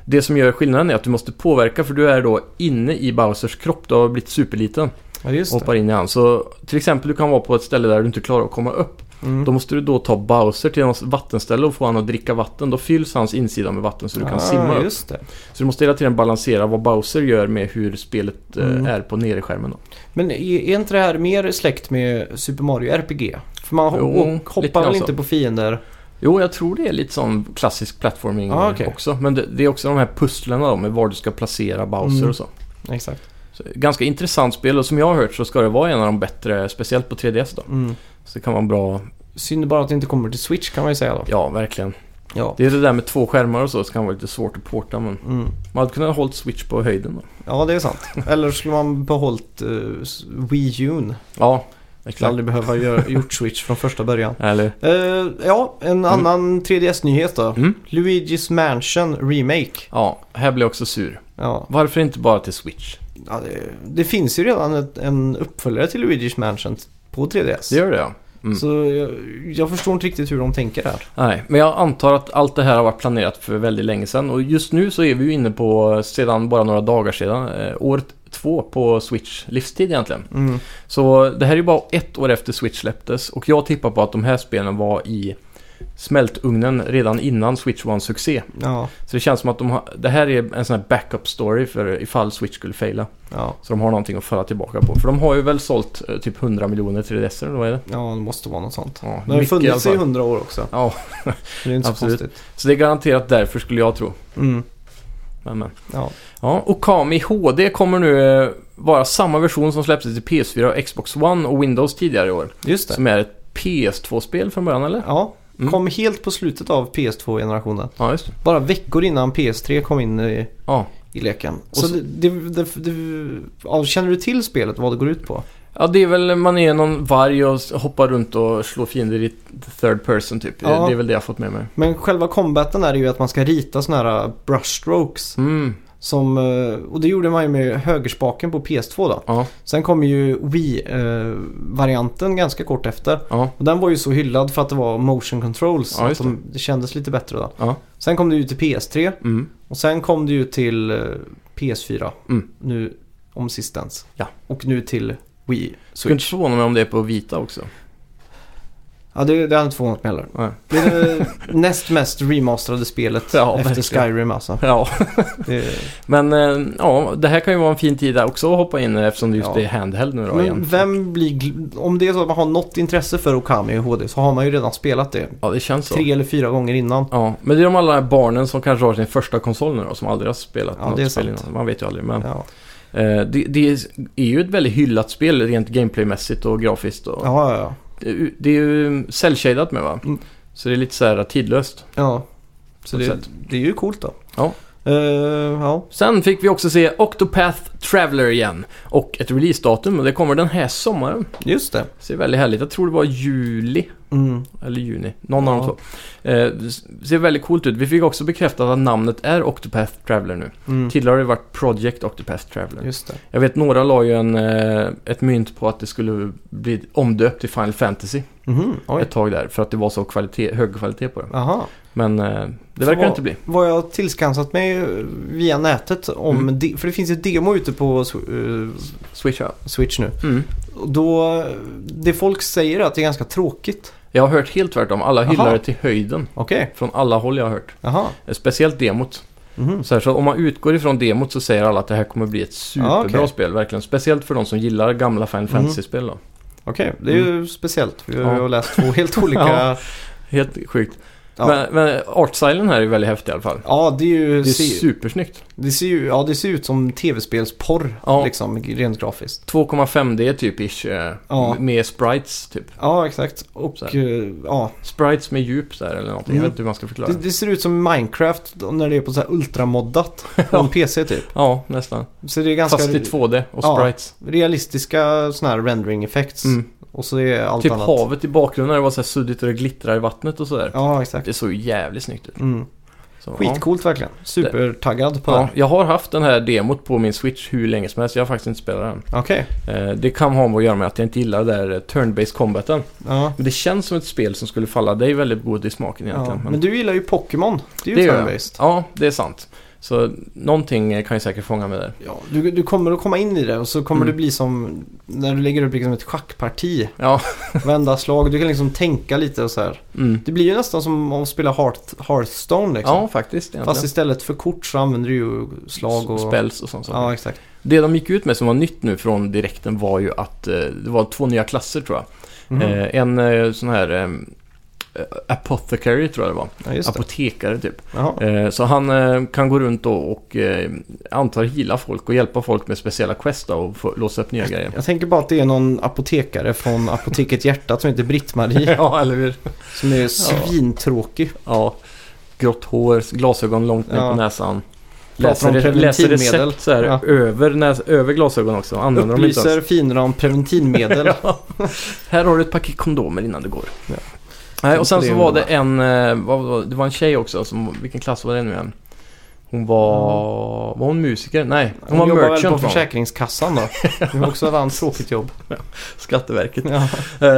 Det som gör skillnaden är att du måste påverka för du är då inne i Bowsers kropp. Du har blivit superliten Ja, just och det. hoppar in i han. Så till exempel du kan vara på ett ställe där du inte klarar att komma upp. Mm. Då måste du då ta Bowser till något vattenställe och få han att dricka vatten. Då fylls hans insida med vatten så du kan simma upp. Ah, just det. Så du måste hela tiden balansera vad Bowser gör med hur spelet eh, Mm. är på nederskärmen. Då. Men är, är inte det här mer släkt med Super Mario RPG? För man ho- Jo, och lite hoppar väl grann så. inte på fiender? Jo, jag tror det är lite sån klassisk plattforming Ah, okej. också. Men det, det är också de här pusslen då, med var du ska placera Bowser Mm. och så. Exakt. så. Ganska intressant spel och som jag har hört så ska det vara en av de bättre, speciellt på 3DS då. Mm. Så det kan vara en bra, Synd bara att det inte kommer till Switch kan man ju säga då. ja verkligen. Ja. Det är det där med två skärmar och så, så kan det vara lite svårt att porta men Mm. man hade kunnat hålla Switch på höjden då. Ja, det är sant. Eller skulle man behållit uh, Wii U? Skulle Ja, verkligen. aldrig behöva göra, gjort Switch från första början. Eller? Eh, ja, en annan 3DS-nyhet då. Mm. Luigi's Mansion Remake. Ja, här blir jag också sur. Ja, Varför inte bara till Switch? ja det, det finns ju redan ett, en uppföljare till Luigi's Mansion på 3DS. Det gör det ja. Mm. Så jag, jag förstår inte riktigt hur de tänker där. Nej, men jag antar att allt det här har varit planerat för väldigt länge sedan. Och just nu så är vi ju inne på, eh, sedan bara några dagar sedan, eh, år två på Switch livstid egentligen. Mm. Så det här är ju bara ett år efter Switch släpptes. Och jag tippar på att de här spelen var i smältugnen redan innan Switch var en succé. Ja, Så det känns som att de har, det här är en sån här backup story för ifall Switch skulle faila. ja, Så de har någonting att falla tillbaka på. För de har ju väl sålt eh, typ 100 miljoner 3DS eller vad är det? ja, det måste vara något sånt. Ja, Det har ju mycket i alla funnits i fall. hundra år också. Ja, så Det är inte så Absolut. konstigt. så det är garanterat därför skulle jag tro. Mm. Men, men. Ja. Ja, Okami HD kommer nu eh, vara samma version som släpptes till PS4 och Xbox One och Windows tidigare i år. Just det. Som är ett PS2-spel från början, eller? Ja, Mm. kom helt på slutet av PS2-generationen. Ja, just det. Bara veckor innan PS3 kom in i, Ja. i leken. så- Så, det, det, det, det, ja, känner du till spelet vad det går ut på? ja, det är väl man är någon varg och s- hoppar runt och slår fiender i third person typ. Ja. Det är väl det jag har fått med mig. Men själva combaten är ju att man ska rita sådana här uh, brushstrokes. Mm, Som, eh, och det gjorde man ju med högerspaken på PS2 då. ja, Sen kom ju Wii-varianten ganska kort efter. ja, Och den var ju så hyllad för att det var motion controls. Ja, så att just det. de, det kändes lite bättre då. ja. Sen kom det ju till PS3 Mm. och sen kom det ju till eh, PS4 Mm. nu om sistens. Ja. Och nu till Wii Skulle inte Switch. förvåna mig om det är på vita också. Ja, det, det har jag inte förvånat mig heller. Nej. Det är det näst mest remasterade spelet Ja, efter verkligen. Skyrim alltså. Ja, Det, men eh, ja, det här kan ju vara en fin tid där också att hoppa in eh, eftersom det just Ja. är handheld nu då men igen. vem blir... gl- Om det är så att man har något intresse för Okami och HD så har man ju redan spelat det Ja, det känns så. tre eller fyra gånger innan. Ja, men det är de alla här barnen som kanske har sin första konsol nu då, som aldrig har spelat Ja, något det är spel sant. innan. Man vet ju aldrig. Men, Ja, eh, det, det är ju ett väldigt hyllat spel rent gameplaymässigt och grafiskt. Och, ja, ja. det, det är ju cellshadat med va? Mm. Så det är lite så här tidlöst. ja. Så På ett det, sätt. det är ju coolt då. Ja. Eh, ja. Sen fick vi också se Octopath Traveler igen. Och ett releasedatum och det kommer den här sommaren. just det. Ser väldigt härligt. Jag tror det var juli. Mm. Eller juni, någon av Ja. de två. Eh, det ser väldigt coolt ut. Vi fick också bekräftat att namnet är Octopath Traveler nu. Mm. Tidigare har det varit Project Octopath Traveler. Just det. Jag vet några la ju en, eh, ett mynt på att det skulle bli omdöpt till Final Fantasy Mhm, oj. ett tag där. För att det var så kvalitet, hög kvalitet på det. Aha. Men eh, det verkar Vad- inte bli. Vad jag har tillskansat mig eh, via nätet om... Mm. De, för det finns ju ett demo ute på eh, Switch up. Switch nu. Mm. Och då... eh, Det folk säger är att det är ganska tråkigt. Jag har hört helt tvärtom. Alla hyllar Aha. det till höjden. Okej. Från alla håll jag har hört. Jaha. Eh, Speciellt demot. Mhm. Så, här, så om man utgår ifrån demot så säger alla att det här kommer bli ett superbra Ja, okej. spel. Verkligen. Speciellt för de som gillar gamla Final Mm. Fantasy-spel då. Okej, det är ju speciellt. Vi har ju Mm. Ja. läst två helt olika... Ja. Helt sjukt. Ja. Men, men artstilen här är väldigt häftig i alla fall. Ja, det är ju... Det är ser, supersnyggt. det ser ju ja, det ser ut som tv-spelsporr Ja. liksom, rent grafiskt. 2,5D typ ish. eh, Ja. Med sprites typ. Ja, exakt. Och Så här. eh, ja, Sprites med djup där eller någonting. Jag Mm. vet inte hur man ska förklara. det, det ser ut som Minecraft när det är på så här ultramoddat på en PC typ. Ja, nästan. Så det är ganska Fast i 2D och Ja. sprites. realistiska sådana här rendering effects. Mm. Och så är allt Typ annat. havet i bakgrunden, det var så här suddigt och det glittrar i vattnet och sådär. Ja, exakt. Det såg ju jävligt snyggt ut. Mm. Så, Skitcoolt verkligen. Supertaggad på Typ. ja. det. Ja, här. jag har haft den här demot på min Switch hur länge som helst. Jag har faktiskt inte spelat den. Okej. Eh, Det kan ha med att göra med att jag inte gillar det där eh, turn-based combaten. Ja. Men det känns som ett spel som skulle falla dig väldigt god i smaken Ja. egentligen. Men du gillar ju Pokémon. Det är Det ju gör jag. turn-based. Ja, det är sant. Så någonting eh, kan jag säkert fånga med där. Ja, du, du kommer att komma in i det och så kommer Mm. det bli som när du lägger upp liksom ett schackparti. Ja, Varenda slag. Du kan liksom tänka lite och så här. mm. Det blir ju nästan som att spela Hearth, Hearthstone liksom. ja faktiskt. egentligen. Fast istället för kort så använder du ju slag och... Spells och sånt. saker. Ja, exakt. Det de gick ut med som var nytt nu från direkten var ju att eh, det var två nya klasser tror jag. Mhm. Eh, en eh, sån här eh, apothecary tror jag det var. ja, just det. Apotekare typ. Jaha. Eh, så han eh, kan gå runt och, och eh, antar hila folk och hjälpa folk med speciella quest då, och få, låsa upp nya grejer. Jag tänker bara att det är någon apotekare från Apoteket Hjärtat som heter Britt-Marie. ja, eller hur? som är svintråkig. Ja. Grått hår, glasögon långt ner Ja. på näsan. Pratar om Läser, läser preventivmedel. recept så här, Ja. över, näs, över glasögon också. Använder de inte ens. Upplyser finare om preventivmedel. Ja. Här har du ett paket kondomer innan du går. Ja. Nej, och sen så Tänk var på det det, en, eh, vad var, det var en tjej också, som, vilken klass var det nu igen? Hon var, var hon musiker? Nej, hon, var jobbar väl på merchant. va? Försäkringskassan då. Det var också ett annat tråkigt jobb. Skatteverket. Ja.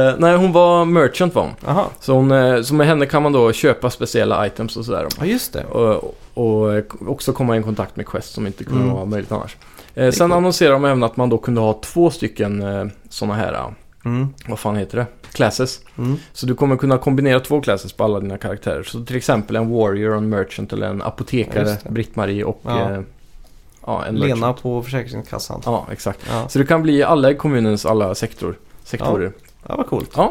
Eh, nej, hon var merchant var hon. Aha. Så, hon, eh, så med henne kan man då köpa speciella items och sådär. Ja, just det. Och, och eh, också komma i kontakt med Quest som inte kunde Mm. vara möjligt annars. Eh, sen coolt. annonserade de även att man då kunde ha två stycken eh, sådana här, eh, Mm. vad fan heter det? Classes. Mm. Så du kommer kunna kombinera två classes på alla dina karaktärer. Så till exempel en warrior, en merchant eller en Ja, apotekare, just det. Britt-Marie och Ja. eh, ja, en merchant. Lena på Försäkringskassan. Ja, exakt. Ja, Så du kan bli alla i kommunens alla sektor, sektorer. Ja. ja vad coolt. Eh, ja.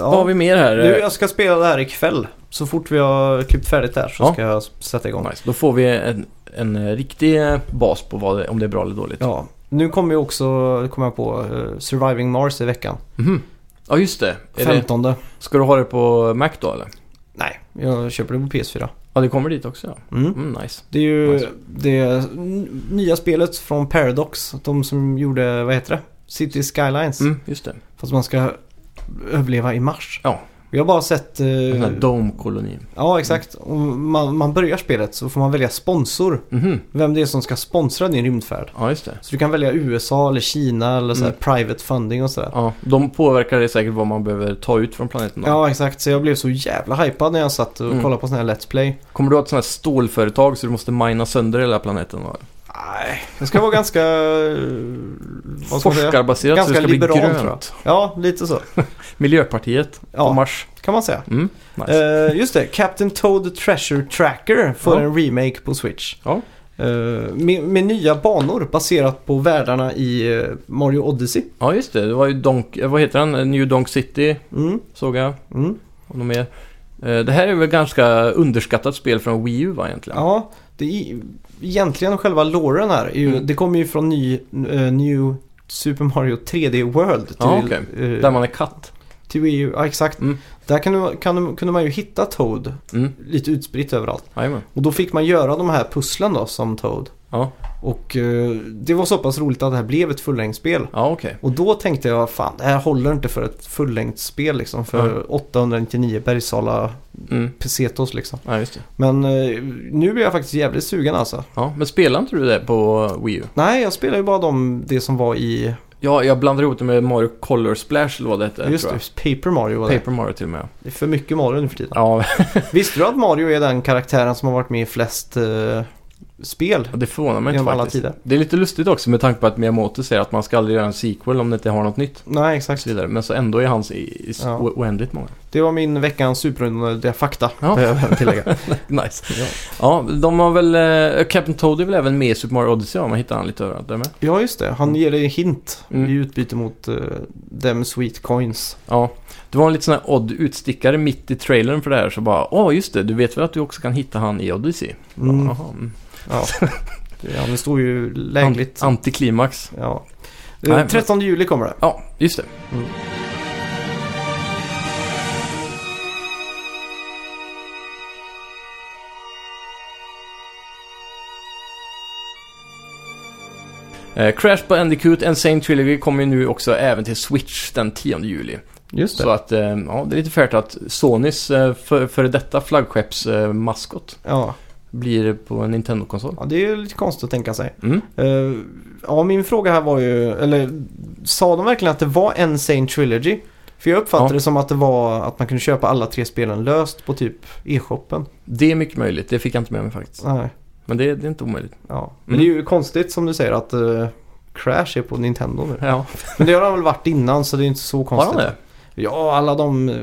Vad har vi mer här? Nu, jag ska spela det här ikväll. Så fort vi har klippt färdigt där så Ja. ska jag sätta igång. nice. Då får vi en, en eh, riktig eh, bas på vad det, om det är bra eller dåligt. Ja, Ja. Nu kommer ju också, kom jag på, eh, Surviving Mars i veckan. Mhm. ja just det. Är det. 15. Ska du ha det på Mac då eller? Nej, jag köper det på PS4. Ja, det kommer dit också ja. Mm. Mm, nice. Det är ju Nice. det n- nya spelet från Paradox. De som gjorde, vad heter det? City Skylines. Mm, just det. Fast man ska överleva i Mars. Ja. Jag har bara sett... eh, Den här Dome-kolonin. ja, exakt. Om man, man börjar spelet så får man välja sponsor. Mhm. Vem det är som ska sponsra din rymdfärd. Ja, just det. Så du kan välja USA eller Kina eller så här Mm. private funding och sådär. Ja, de påverkar det säkert vad man behöver ta ut från planeten. då. Ja, exakt. Så jag blev så jävla hypad när jag satt och Mm. kollade på sån här Let's Play. Kommer du ha ett sånt här stålföretag så du måste mina sönder hela planeten? va? Nej, jag ska vara ganska... eh, vad ska man säga? Forskarbaserat så det Ganska ska bli liberal grönt. tror jag. Ja, lite så. Miljöpartiet på Ja, Mars. kan man säga. Mm, nice. Eh, just det, Captain Toad Treasure Tracker får Ja. en remake på Switch. Ja. Eh, med, med nya banor baserat på världarna i eh, Mario Odyssey. Ja, just det. Det var ju Donk... eh, Vad heter den? New Donk City Mm, såg jag. mm. Och något mer. Eh, Det här är väl ganska underskattat spel från Wii U va egentligen? Ja, det är, egentligen själva loren här är ju, Mm. det kommer ju från ny, eh, New Super Mario 3D World till, Ja, okej. eh, Där man är katt. till EU. Ja, exakt. Mm. Där kan du, kan, du- kunde man ju hitta Toad Mm. lite utspritt överallt. Jajamän. Och då fick man göra de här pusslen då som Toad. Ja, Och eh, det var så pass roligt att det här blev ett fullängdsspel. ja okej. Och då tänkte jag, fan det här håller inte för ett fullängdsspel liksom för Mm. 899 Bergsala Mm. pesetos liksom. Ja, just det. Men eh, nu är jag faktiskt jävligt sugen alltså. Ja, men spelade inte du det på Wii U? Nej, jag spelar ju bara de, det som var i, Ja, jag blandar ihop det med Mario Color Splash eller vad det hette. just tror jag. det, Paper Mario var det. Paper Mario till och med. Det är för mycket Mario nu för tiden. Ja, Visste du att Mario är den karaktären som har varit med i flest eh, spel. Och det förvånar mig inte Genom alla faktiskt. tider. Det är lite lustigt också med tanke på att Miyamoto säger att man ska aldrig göra en sequel om det inte har något nytt. Nej, Och exakt. så vidare. Men så ändå är hans i, i s- Ja. o- oändligt många. Det var min veckans superunderliga fakta. Ja. behöver jag tillägga. Nice. Ja. Ja, de har väl... Eh, Captain Toad är väl även med i Super Mario Odyssey om man hittar han lite överallt där med. ja, just det. Han ger dig en hint Mm. i utbyte mot uh, them sweet coins. Ja. Det var en lite sån här odd utstickare mitt i trailern för det här så bara... Åh, just det. Du vet väl att du också kan hitta han i Odyssey? Mm. Jaha. mm. Ja. Det- ja, det står ju lägligt. Ant- antiklimax. Ja. Nej, Eh, men- 13 juli kommer det. Ja, just det. Mm. Eh, Crash Bandicoot Insane Trilogy kommer ju nu också även till Switch den 10 juli. Just Så att, eh, ja, det är lite färdigt att Sonys eh, före för detta flaggskeppsmaskot eh, maskot Ja. blir på en Nintendo-konsol. ja, det är ju lite konstigt att tänka sig. Mm. Eh, ja, min fråga här var ju, eller sa de verkligen att det var en Sane Trilogy? För jag uppfattade Ja. det som att det var att man kunde köpa alla tre spelen löst på typ e-shoppen. Det är mycket möjligt, det fick jag inte med mig faktiskt. Nej, Men det, det är inte omöjligt. ja. Men Mm. det är ju konstigt som du säger att eh, Crash är på Nintendo nu. Ja, Men det har han väl varit innan så det är inte så har konstigt. han det? Ja, alla de eh,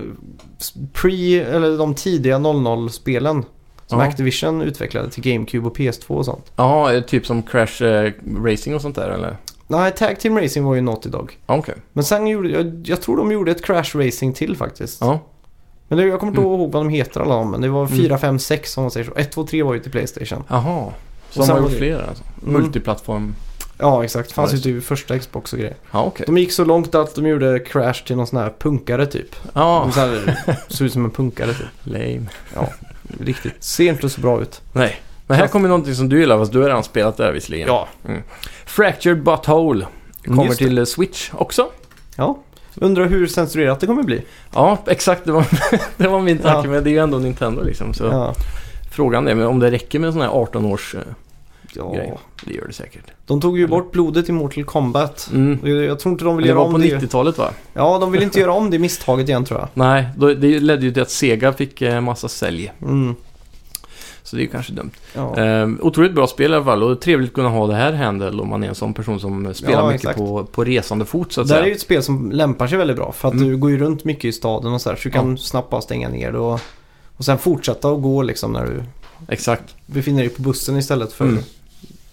pre, eller de tidiga 00-spelen som Ja. Activision utvecklade till GameCube och PS2 och sånt. Jaha, eh, typ som Crash eh, Racing och sånt där eller? Nej, Tag Team Racing var ju Naughty Dog. Ja, okej. Men sen gjorde, jag, jag tror de gjorde ett Crash Racing till faktiskt. Ja. Men det, jag kommer inte Mm. ihåg vad de heter alla de, men det var Mm. 4, 5, 6 om man säger så. 1, 2, 3 var ju till Playstation. Jaha. Så Och de sen har var gjort det- flera alltså? Mm. Multiplattform? Ja, exakt. Ja, Fanns ju just till första Xbox och grejer. Ja, okej. De gick så långt att de gjorde Crash till någon sån här punkare typ. Ja, Så här, såg ut som en punkare typ. lame. Riktigt. Ser inte så bra ut. Nej. Men här Fast- kommer någonting som du gillar, fast du har redan spelat det här visserligen. Ja. Mm, Fractured Butthole kommer just det. till eh, Switch också. Ja. Undrar hur censurerat det kommer bli. Ja, exakt. Det var, det var min tanke. Ja. Men det är ju ändå Nintendo liksom. Så Ja. frågan är om det räcker med en sån här 18-års... eh, Grej. ja. Det gör det säkert. De tog ju bort blodet i Mortal Kombat. Mm. Jag tror inte de vill Det göra var om på det. 90-talet va? Ja, de vill inte göra om det misstaget igen tror jag. Nej, då, det ledde ju till att Sega fick eh, massa sälj. Mm. Så det är ju kanske dumt. Ja. Eh, otroligt bra spel i alla fall och trevligt att kunna ha det här handle om man är en sån person som spelar Ja, mycket exakt. på, på resande fot så att Det här är säga. ju ett spel som lämpar sig väldigt bra för att Mm. du går ju runt mycket i staden och så här så du kan snabbt bara stänga ner det och, och sen fortsätta att gå liksom när du Exakt, befinner dig på bussen istället för Mm.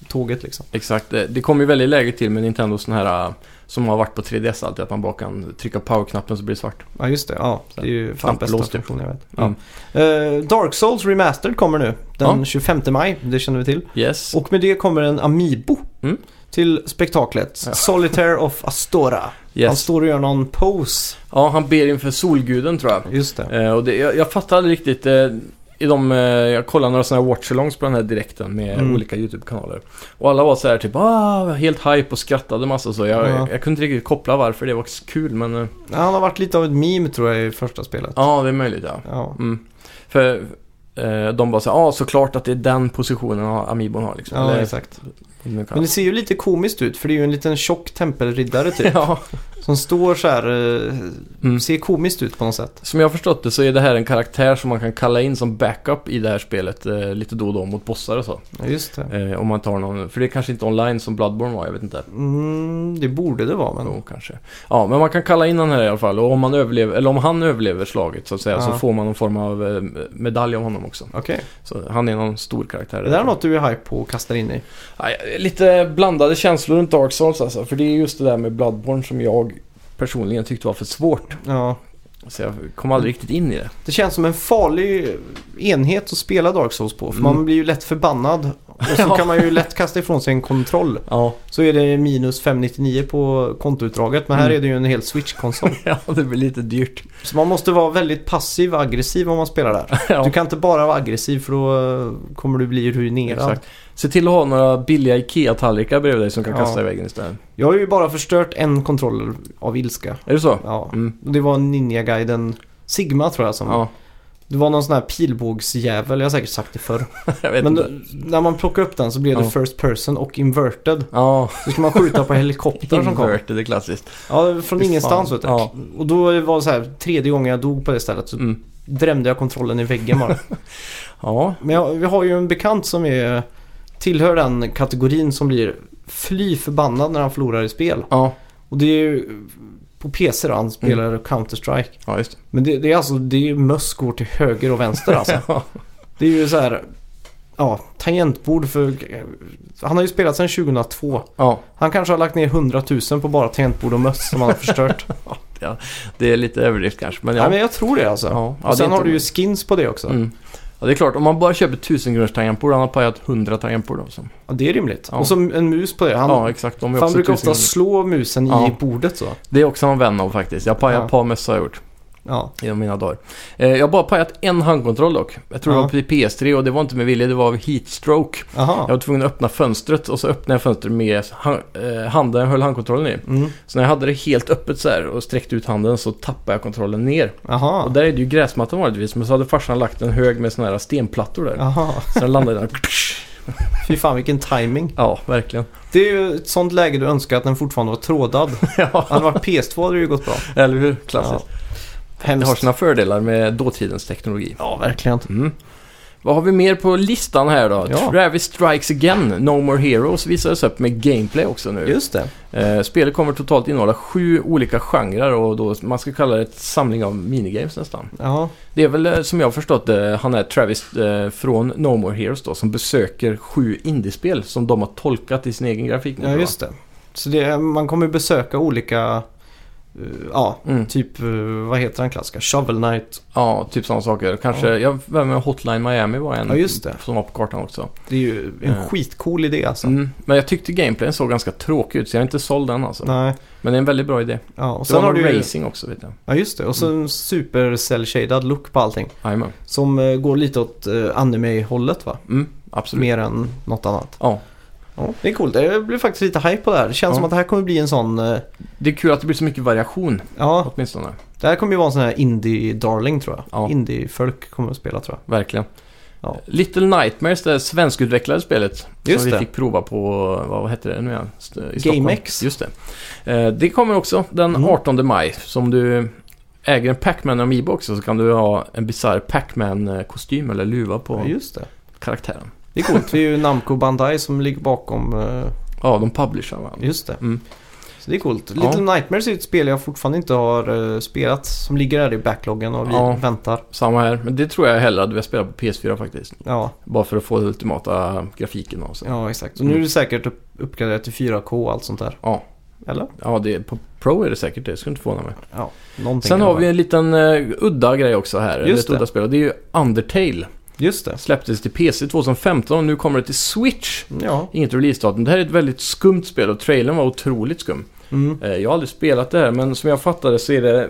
tåget liksom. exakt. Eh, Det kom ju väldigt läge till med Nintendo sån här eh, som har varit på 3DS alltid, att man bara kan trycka powerknappen så blir det svart. Ja just det, ja. Det är ju fan bästa Knapplås, typ. funktionen jag vet. Ja. Mm. Eh, Dark Souls Remastered kommer nu den Ja. 25 maj, det känner vi till. Yes. Och med det kommer en Amiibo Mm. till spektaklet Ja. Solitaire of Astora. Han yes. står och gör någon pose. Ja, han ber inför solguden tror jag. Just det. Eh, och det, jag, jag fattar aldrig riktigt. Eh, i de, eh, jag kollade några sådana här watchalongs på den här direkten med Mm. olika YouTube-kanaler. Och alla var så här typ ah, helt hype och skrattade massa så. Jag, Ja. jag, jag kunde inte riktigt koppla varför det var kul men eh, Han har varit lite av ett meme tror jag i första spelet. ja, det är möjligt ja. Ja. Mm. För eh, de bara så här, ja ah, såklart att det är den positionen ha- Amiibon har liksom. Ja, Eller- exakt. nu kan- Men det ser ju lite komiskt ut för det är ju en liten tjock tempelriddare typ. ja. Som står så här, eh, Mm. ser komiskt ut på något sätt. Som jag har förstått det så är det här en karaktär som man kan kalla in som backup i det här spelet eh, lite då och då mot bossar och så. Ja, just det. Eh, om man tar någon, för det är kanske inte online som Bloodborne var, jag vet inte. Mm, det borde det vara men. Jo, kanske. Ja, men man kan kalla in han här i alla fall. Och om, man överlever, eller om han överlever slaget så att säga, så Ja. får man någon form av eh, medalj av honom också. Okej. Så han är någon stor karaktär. Det där är något du är hype på och kastar in i. Ja, jag är lite blandade känslor runt Dark Souls alltså. För det är just det där med Bloodborne som jag personligen tyckte var för svårt. Ja. Så jag kom aldrig riktigt in i det. Det känns som en farlig enhet att spela Dark Souls på. För Mm. man blir ju lätt förbannad. Och så Ja. kan man ju lätt kasta ifrån sig en kontroll. Ja, Så är det minus 599 på kontoutdraget. Men här Mm. är det ju en hel switch-konsol. ja det blir lite dyrt. så man måste vara väldigt passiv och aggressiv om man spelar där. Ja, Du kan inte bara vara aggressiv för då eh, kommer du bli ruinerad. exakt. Se till att ha några billiga IKEA-tallrikar bredvid dig som kan Ja. kasta i väggen istället. Jag har ju bara förstört en kontroll av ilska. Är det så? Ja. Mm. Och Det var Ninja-guiden Sigma tror jag som... Ja, Det var någon sån här pilbågsjävel, jag har säkert sagt det förr. jag vet Men inte. då- när man plockade upp den så blev det Ja. first person och inverted. Ja, Så ska man skjuta på helikoptern som kom. inverted är klassiskt. Ja, från Fy fan. ingenstans vet du. Ja. Och då var det så här, tredje gången jag dog på det stället så Mm. drämde jag kontrollen i väggen bara. Ja, Men jag, vi har ju en bekant som är tillhör den kategorin som blir fly förbannad när han förlorar i spel. Ja, Och det är ju på PC då, han spelar Mm. Counter-Strike. ja just Men det, det är alltså, det är ju möss går till höger och vänster alltså. det. Ja. Det är ju så här, ja, tangentbord för... Han har ju spelat sedan 2002. ja, Han kanske har lagt ner 100 000 på bara tangentbord och möss som han har förstört. det är lite överdrift kanske, men ja. Nej men jag tror det alltså. ja. Ja, det är och sen inte har du ju omöjligt. skins på det också. Mm. Ja, det är klart. Om man bara köper 1000 kronors tangentbord, han har pajat 100 tangentbord då. Så. Ja, det är rimligt. Ja. Och så en mus på det. Han, ja, exakt. De för är han också brukar 1000 ofta kronor. slå musen Ja. i bordet så. Det är också en vän av faktiskt. Jag pajade Ja. ett par möss har jag gjort Ja. i mina dagar. Eh, jag har bara pajat en handkontroll dock. Jag tror Ja. det var på PS3 och det var inte med vilja, det var av heatstroke. Aha. Jag var tvungen att öppna fönstret och så öppnade jag fönstret med hand, eh, handen, jag höll handkontrollen i. Mm. Så när jag hade det helt öppet så här och sträckte ut handen så tappade jag kontrollen ner. Aha. Och där är det ju gräsmatta vanligtvis, men så hade farsan lagt en hög med såna här stenplattor där. Aha. Så den landade den. Fy fan vilken timing. Ja, verkligen. Det är ju ett sånt läge du önskar att den fortfarande var trådad. ja, Hade det varit PS2 hade det ju gått bra. eller hur? Klassiskt. Ja. Det har Hemskt. sina fördelar med dåtidens teknologi. Ja, verkligen. Mm. Vad har vi mer på listan här då? Ja. Travis Strikes Again, No More Heroes visades upp med gameplay också nu. Just det. Eh, spelet kommer totalt innehålla sju olika genrer och då, man ska kalla det ett samling av minigames nästan. Ja. Det är väl eh, som jag har förstått det, han är Travis eh, från No More Heroes då, som besöker sju indiespel som de har tolkat i sin egen grafik nu. Ja, tror just det. Så det, är- man kommer ju besöka olika, eh, ja, jag. Mm. typ, eh, vad heter den klassiska? Shovel Knight. Ja, typ sådana saker. Kanske, Ja. jag var med Hotline Miami var en Ja, just det. som var på kartan också. Det är ju en Mm. Ja. skitcool idé alltså. Mm. Men jag tyckte gameplayen såg ganska tråkig ut så jag är inte såld än alltså. Nej. Men det är en väldigt bra idé. Ja, och Och sen sen det har var du någon Mm. ju, racing också vet jag. ja just det. Och så en super cell-shaded look på allting. Jajamän. Som eh, går lite åt eh, anime-hållet va? Mm, absolut. Mer än något annat. Ja. Ja, det är coolt. Jag blir faktiskt lite hype på det här. Det känns Ja. som att det här kommer bli en sån... eh, Det är kul att det blir så mycket variation Ja, åtminstone. det här kommer ju vara en sån här indie-darling tror jag. Ja. Indie-folk kommer att spela tror jag. Verkligen. Ja. Little Nightmares, det svenskutvecklade spelet. Just som det. vi fick prova på, vad hette det nu igen? St- i Stockholm. GameX. Just det. Eh, Det kommer också den Mm. 18 maj. Som du äger en Pac-Man Amiibo också så kan du ha en bisarr Pac-Man-kostym eller luva på Ja, just det. karaktären. Det är coolt. Det är ju Namco Bandai som ligger bakom. eh, Ja, de publishar varandra. Just det. Mm. Så det är coolt. Ja. Little Nightmares är ett spel jag fortfarande inte har eh, spelat. Som ligger där i backloggen och vi Ja. väntar. Samma här, men det tror jag hellre hade velat spela på PS4 faktiskt. Ja, Bara för att få den ultimata grafiken av sig. Ja, ja exakt. Och nu är det säkert upp- uppgraderat till 4K och allt sånt där. Ja. Eller? det, på Pro är det säkert det, skulle inte förvåna mig. Ja, någonting. Sen i har alla vi en liten eh, udda grej också här. eller Just ett det. udda spel och det är ju Undertale. fall. Just det. Släpptes till PC 2015 och nu kommer det till Switch. Ja. Inget releasedatum. Det här är ett väldigt skumt spel och trailern var otroligt skum. Mm. Eh, Jag har aldrig spelat det här men som jag fattade så är det,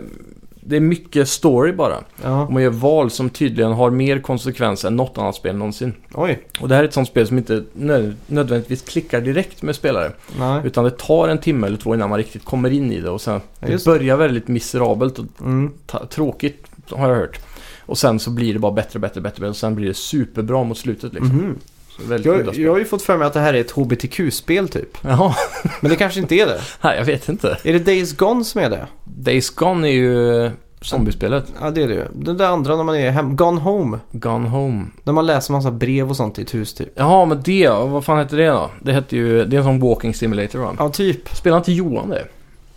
det är mycket story bara. Och Ja. man gör val som tydligen har mer konsekvens än något annat spel någonsin. Oj. Och det här är ett sånt spel som inte nö- nödvändigtvis klickar direkt med spelare. Nej. Utan det tar en timme eller två innan man riktigt kommer in i det och sen Ja, det just det. börjar väldigt miserabelt och Mm. ta- tråkigt har jag hört. Och sen så blir det bara bättre, bättre, bättre och sen blir det superbra mot slutet liksom. Mhm. Så väldigt udda Jag, spel. jag har ju fått för mig att det här är ett HBTQ-spel typ. Jaha, Men det kanske inte är det. nej jag vet inte. Är det Days Gone som är det? Days Gone är ju zombiespelet. Ja, det är det ju. Det där andra när man är hem... Gone Home. Gone Home. När man läser massa brev och sånt i ett hus typ. Jaha, men det, vad fan heter det då? Det heter ju, det är en sån walking simulator va? Ja, typ. Spelar inte Johan det?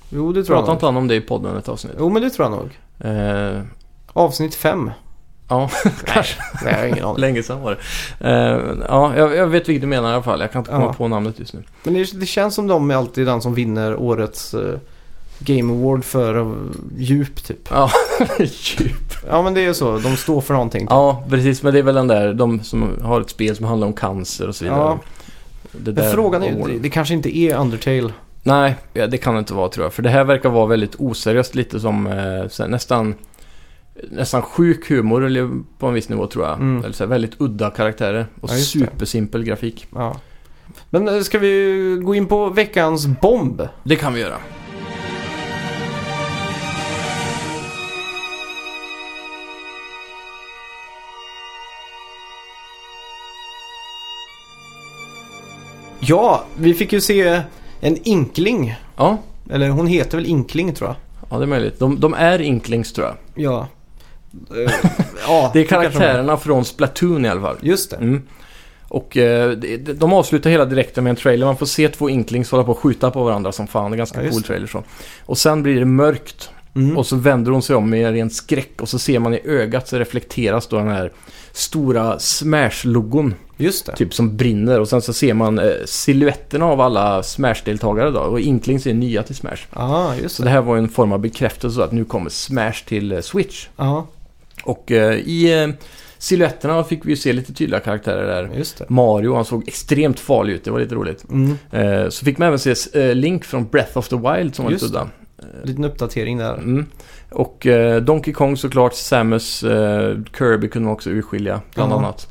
Jo, det tror jag Pratade nog. inte han om det i podden ett avsnitt? Jo, men det tror jag nog. Eh, Avsnitt 5. ja, kanske. Nej, jag har ingen aning. Länge sedan var det. Eh, ja, jag, jag vet vilket du menar i alla fall. Jag kan inte komma Ja. på namnet just nu. Men det, det känns som de är alltid den som vinner årets eh, Game Award för eh, djup typ. Ja, djup. Ja, men det är ju så. De står för någonting. Typ. ja, precis. Men det är väl den där, de som har ett spel som handlar om cancer och så vidare. Ja. Det Men frågan är ju, åren. det, det kanske inte är Undertale. Nej, ja, det kan det inte vara tror jag. För det här verkar vara väldigt oseriöst. Lite som eh, så här, nästan, nästan sjuk humor eller på en viss nivå tror jag. Mm. Eller så här, väldigt udda karaktärer och Ja, just det. supersimpel grafik. Ja. Men eh, ska vi gå in på veckans bomb? Det kan vi göra. Ja, vi fick ju se en inkling. Ja, Eller hon heter väl Inkling tror jag. ja det är möjligt. De, de är inklings tror jag. Ja. Eh, ja Det är kanske de karaktärerna från Splatoon i alla fall. Just det. Mm. Och eh, det- det- de avslutar hela direkten med en trailer. Man får se två inklings hålla på och skjuta på varandra som fan. Det är ganska Ja, just cool det. trailer så. Och sen blir det mörkt. Mm. Och så vänder hon sig om med ren skräck. Och så ser man i ögat så reflekteras då den här stora Smash-logon. Just det. Typ som brinner. Och sen så ser man eh, siluetterna av alla Smash-deltagare då. Och inklings är nya till Smash. Ja, Ah, just Så det. det här var ju en form av bekräftelse då att nu kommer Smash till eh, Switch. Ja, Och eh, i eh, siluetterna fick vi ju se lite tydliga karaktärer där. just det. Mario, han såg extremt farlig ut. Det var lite roligt. Mm. Eh, så fick man även se eh, Link från Breath of the Wild som var lite Just udda. Liten uppdatering där. Mm. Och eh, Donkey Kong såklart, Samus, eh, Kirby kunde man också urskilja bland Ja. annat.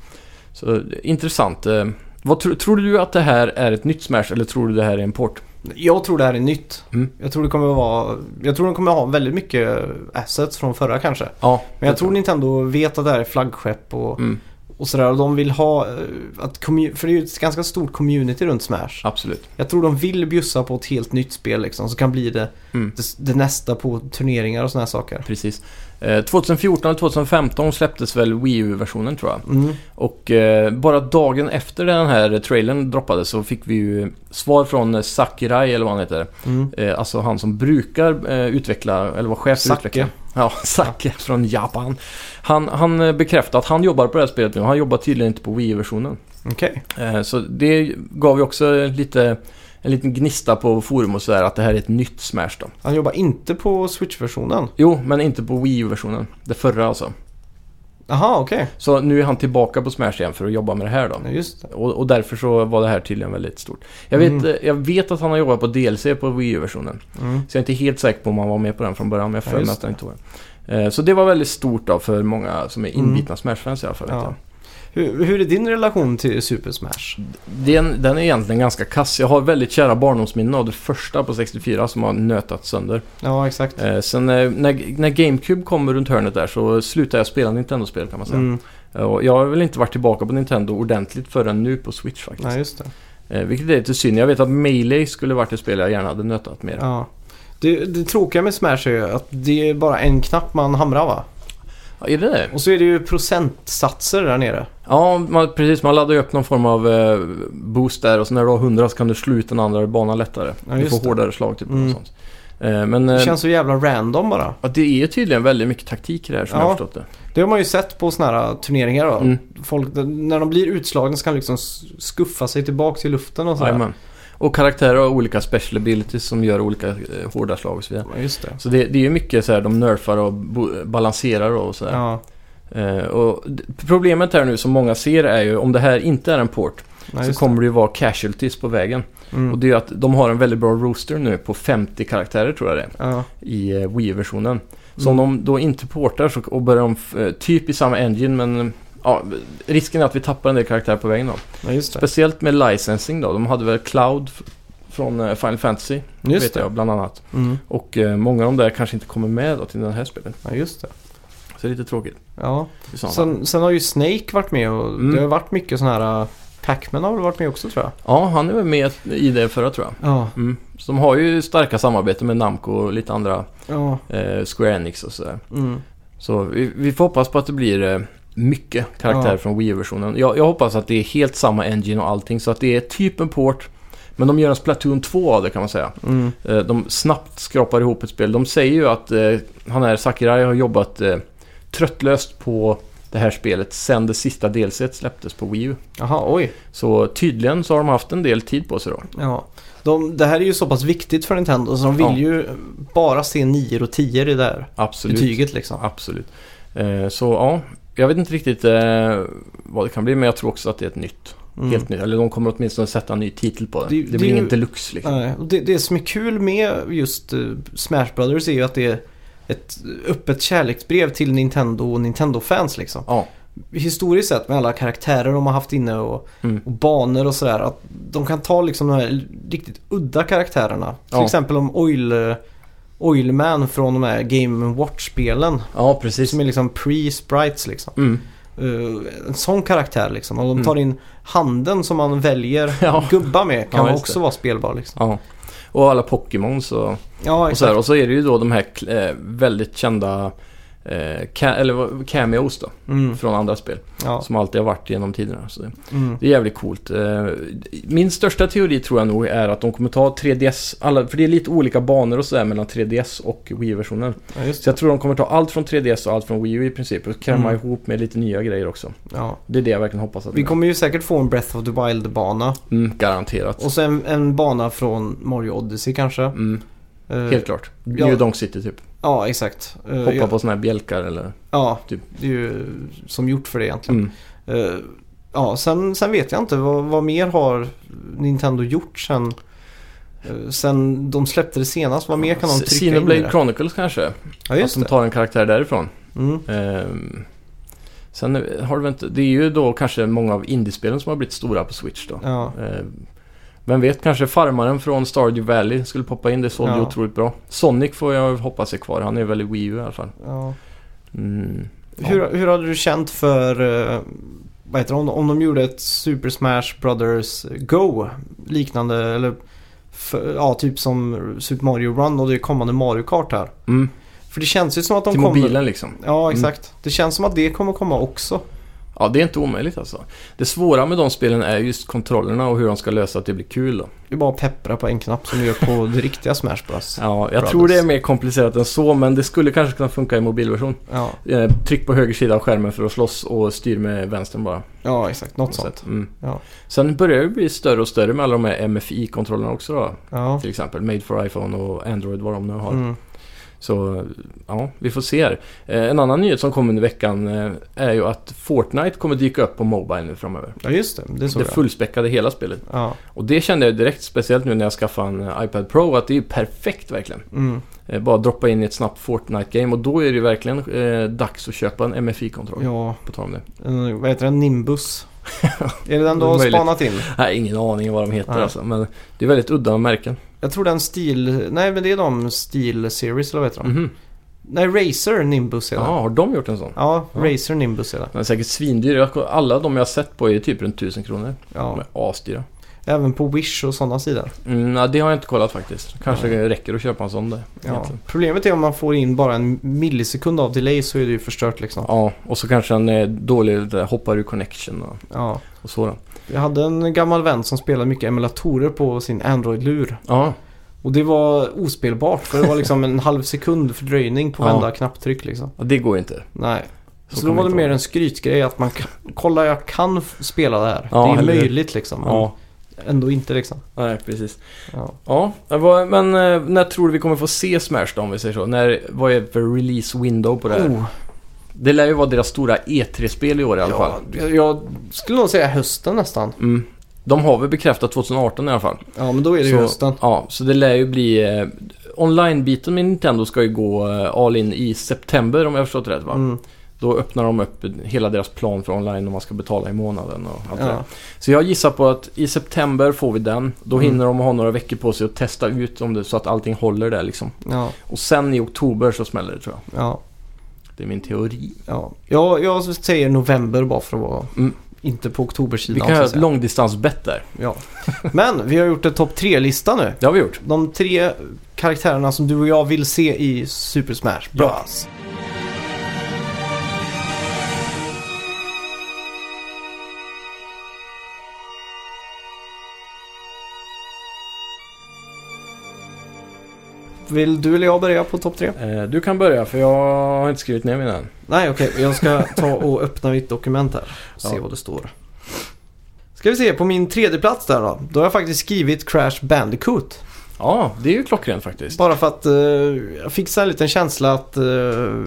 Så eh, intressant. Eh, vad tro, tror du att det här är ett nytt Smash eller tror du det här är en port? Jag tror det här är nytt. Mm. Jag tror det kommer vara... Jag tror de kommer ha väldigt mycket assets från förra kanske. Ja, Men jag tror Nintendo vet att det här är flaggskepp och, Mm, och sådär. Och de vill ha... eh, Att commu- för det är ju ett ganska stort community runt Smash. absolut. Jag tror de vill bjussa på ett helt nytt spel liksom. Så kan bli det, Mm. det, det nästa på turneringar och sådana här saker. Precis. Eh, 2014 eller 2015 släpptes väl Wii U-versionen tror jag. Mm. Och eh, bara dagen efter den här trailern droppades så fick vi ju svar från eh, Sakurai eller vad han heter. Mm. Eh, alltså han som brukar eh, utveckla, eller var chef för Sake. utveckla. Ja, Sake från Japan. Han, han eh, bekräftade att han jobbar på det här spelet nu. Han jobbar tydligen inte på Wii-versionen. Okej. Eh, så det gav ju också lite, en liten gnista på forum och sådär att det här är ett nytt Smash då. Han jobbar inte på Switch-versionen. Jo, men inte på Wii U-versionen. Det förra alltså. Aha, okej. Så nu är han tillbaka på Smash igen för att jobba med det här då. Ja, Just det. Och, och därför så var det här tydligen väldigt stort. Jag vet, Mm. eh, jag vet att han har jobbat på DLC på Wii U-versionen. Mm. Så jag är inte helt säker på om han var med på den från början, men jag har Ja, för mig just att han inte var det. Eh, Så det var väldigt stort då för många som är Mm. inbitna Smash-fans i alla fall. vet Ja. jag. Hur, hur är din relation till Super Smash? Den, den är egentligen ganska kass. Jag har väldigt kära barndomsminnen av det första på 64 som har nötat sönder. Ja, exakt. Eh, Sen eh, när, när GameCube kom runt hörnet där så slutade jag spela Nintendo-spel kan man säga. Mm. Eh, Och jag har väl inte varit tillbaka på Nintendo ordentligt förrän nu på Switch faktiskt. Nej, just det. Eh, Vilket är lite synd. Jag vet att Melee skulle varit ett spel jag gärna hade nötat mer. Ja. Det, det tråkiga med Smash är ju att det är bara en knapp man hamrar va? Ja, är det det? Och så är det ju procentsatser där nere. Ja, man, precis. Man laddar ju upp någon form av eh, boost där och så när du har 100 så kan du slå ut den andra banan lättare. Ja, du just får det. hårdare slag typ. Mm. Och sånt. Eh, men eh, Det känns så jävla random bara. ja, det är ju tydligen väldigt mycket taktik i det här som Ja. jag har förstått det. Det har man ju sett på såna här turneringar då. Mm. Folk, när de blir utslagna så kan de liksom skuffa sig tillbaka till luften och sådär. Jajamän. Och karaktärer har olika special abilities som gör olika eh, hårda slag och så vidare. Ja, just det. Så det, det är ju mycket så här, de nerfar och bo- balanserar och sådär. Ja, Eh, och d- problemet här nu som många ser är ju om det här inte är en port Nej, så just kommer det ju vara casualties på vägen. det. Mm. Och det är ju att de har en väldigt bra roster nu på 50 karaktärer tror jag det är. Ja. i eh, Wii-versionen. Så om Mm. de då inte portar så, och börjar om f- eh, typ i samma engine men eh, ja, risken är att vi tappar en del karaktärer på vägen då. ja, just det. Speciellt med licensing då. De hade väl Cloud f- från eh, Final Fantasy, vet Just det. jag bland annat. Mm. Och eh, många av de där kanske inte kommer med då till det här spelet. Ja, just det. Så det är lite tråkigt. Ja. i så fall. Sen, sen har ju Snake varit med och Mm. det har varit mycket sådana här... äh, Pac-Man har väl varit med också tror jag. Ja, han är väl med i det förra tror jag. Ja, Mm. Så de har ju starka samarbeten med Namco och lite andra ja. eh, Square Enix och sådär. Mm. Så vi, vi får hoppas på att det blir eh, mycket karaktärer Ja. från Wii-versionen. Jag, jag hoppas att det är helt samma engine och allting, så att det är typ en port. Men de gör en Splatoon 2 av det kan man säga. Mm. Eh, De snabbt skrapar ihop ett spel. De säger ju att eh, han här Sakurai har jobbat eh, tröttlöst på det här spelet sen det sista delset släpptes på Wii U. Jaha, oj. Så tydligen så har de haft en del tid på sig då. Ja. De, det här är ju så pass viktigt för Nintendo så de vill Ja. ju bara se 9 och 10 i det där Absolut. betyget liksom. Absolut. Eh, Så ja, jag vet inte riktigt eh, vad det kan bli, men jag tror också att det är ett nytt Mm. Helt ny. Eller de kommer åtminstone sätta en ny titel på den. Det- Det, det blir är ju- ingen deluxe liksom. Nej, och det, det som är kul med just eh, Smash Brothers är ju att det är ett öppet kärleksbrev till Nintendo och Nintendo-fans liksom. Ja. Historiskt sett med alla karaktärer de har haft inne och, Mm. och banor och sådär. Att de kan ta liksom de här riktigt udda karaktärerna. Till Ja. exempel om Oil, eh, Oilman från de här Game Watch-spelen. Ja, precis. Som är liksom pre-sprites liksom. Mm. Eh, en sån karaktär liksom. Och de tar in handen som man väljer Ja. gubba med. Ja, Kan just också det. vara spelbar liksom. Ja. Och alla Pokémons och, Ja, och så här. exakt. Och så är det ju då de här eh, väldigt kända eh, ca- eller vad- cameos då, Mm. från andra spel. Ja. Som alltid har varit genom tiderna. Så det, Mm. det är jävligt coolt. Eh, min största teori tror jag nog är att de kommer ta 3DS, alla, för det är lite olika banor och sådär mellan 3DS och Wii-versionen. ja, just Så jag tror de kommer ta allt från 3DS och allt från Wii U i princip och kräma Mm. ihop med lite nya grejer också. ja. Det är det jag verkligen hoppas att Vi det- kommer ju säkert få en Breath of the Wild-bana. mm, Garanterat. Och sen en bana från Mario Odyssey kanske. Mm, Eh, helt klart. ja. New Donk City typ. Ja, exakt. Eh, Hoppa ja, på sådana här bjälkar eller... ja, typ. det är ju som gjort för det egentligen. Mm. Eh, ja, sen, sen vet jag inte vad, vad mer har Nintendo gjort sen, eh, sen de släppte det senast. Vad mer kan de S- trycka in i Xenoblade det? Chronicles kanske. Ja, att just de det. tar en karaktär därifrån. Mm. Ehm, sen har det väl inte... Det är ju då kanske många av indiespelen som har blivit stora på Switch då. Ja, Ehm, vem vet, kanske farmaren från Stardew Valley skulle poppa in. Det sålde ju Ja. otroligt bra. Sonic får jag hoppas är kvar. Han är väl i Wii U i alla fall. ja. Mm. Ja. Hur, hur hade du känt för, eh, vad heter det, om, om de gjorde ett Super Smash Brothers Go liknande eller för, ja, typ som Super Mario Run och det kommande Mario Kart här. Mm. För det känns ju som att de Till kommer... mobilen liksom. Ja, exakt. Det känns som att det kommer komma också. Ja, det är inte omöjligt alltså. Det svåra med de spelen är just kontrollerna och hur de ska lösa att det blir kul då. Det är bara att peppra på en knapp som du gör på det riktiga Smash Bros. Ja, jag Brothers. tror det är mer komplicerat än så, men det skulle kanske kunna funka i mobilversion. Ja, Eh, tryck på höger sida av skärmen för att slåss och styr med vänstern bara. ja exakt. Något sånt. Mm. Ja. Sen börjar det bli större och större med alla de här MFI-kontrollerna också då. Ja. Till exempel Made for iPhone och Android, vad de nu har. Mm. Så ja, vi får se här. Eh, en annan nyhet som kom under veckan eh, är ju att Fortnite kommer dyka upp på Mobile nu framöver. ja, just det. Det såg Det jag. fullspäckade hela spelet. Ja. Och det kände jag direkt, speciellt nu när jag skaffade en eh, iPad Pro, att det är ju perfekt verkligen. Mm. Eh, Bara droppa in i ett snabbt Fortnite-game och då är det ju verkligen eh, dags att köpa en MFI-kontroll. Ja, På tal om det. eh, vad heter den? Nimbus. är det den du har Möjligt. spanat in? Nej, ingen aning om vad de heter Nej. alltså, men det är väldigt udda märken. Jag tror den Steel... Nej, men det är de Steel Series eller vad heter de? Mhm. Nej, Razer Nimbus är Ja, det. har de gjort en sån? Ja, Ja. Razer Nimbus är det. Den är säkert svindyr. Jag- Alla de jag har sett på är typ runt 1000 kronor. De Ja. är asdyra. Även på Wish och sådana sidor. Mm, nej, det har jag inte kollat faktiskt. Kanske det räcker att köpa en sån där. Ja. egentligen. Problemet är om man får in bara en millisekund av delay så är det ju förstört liksom. ja, och så kanske den är dålig, där hoppar ur connection och, Ja. och sådant. Jag hade en gammal vän som spelade mycket emulatorer på sin Android-lur. Ja, Och det var ospelbart för det var liksom en halv sekund fördröjning på Ja. varenda knapptryck liksom. och det går ju inte. Nej. Så, kan då man var det inte mer vara. en skrytgrej att man kan, kolla jag kan f- spela det här. Ja, det är eller- möjligt liksom. Men Ja, Ändå inte liksom. nej precis. Ja. Ja, vad- men eh, när tror du vi kommer få se Smash då om vi säger så? När, vad är det för release window på det här? Oh, Det lär ju vara deras stora E3-spel i år i alla ja, fall. jag, jag skulle nog säga hösten nästan. Mm. De har väl bekräftat 2018 i alla fall. Ja men då är det ju Så- hösten. Ja, så det lär ju bli... Eh, Online-biten med Nintendo ska ju gå eh, all in i september om jag har förstått rätt va? Mm, Då öppnar de upp hela deras plan för online och man ska betala i månaden och allt det där. ja. Så jag gissar på att i september får vi den. Då Mm. hinner de ha några veckor på sig att testa ut om det, så att allting håller där liksom. Ja, Och sen i oktober så smäller det tror jag. ja, Det är min teori. ja. Jag, jag säger november bara för att vara Mm. inte på oktobersidan. Vi kan göra så ett att säga. långdistansbett där. ja. Men vi har gjort en topp tre-lista nu. Det har vi gjort. De tre karaktärerna som du och jag vill se i Super Smash Bros. Vill du eller jag börja på topp tre? Eh, du kan börja för jag har inte skrivit ner mina än. Nej, okej. Jag ska ta och öppna mitt dokument här. Och se Ja. vad det står. Ska vi se, på min tredje plats där då. Då har jag faktiskt skrivit Crash Bandicoot. Ja, det är ju klockrent faktiskt. Bara för att eh, jag fick så här en liten känsla att, eh,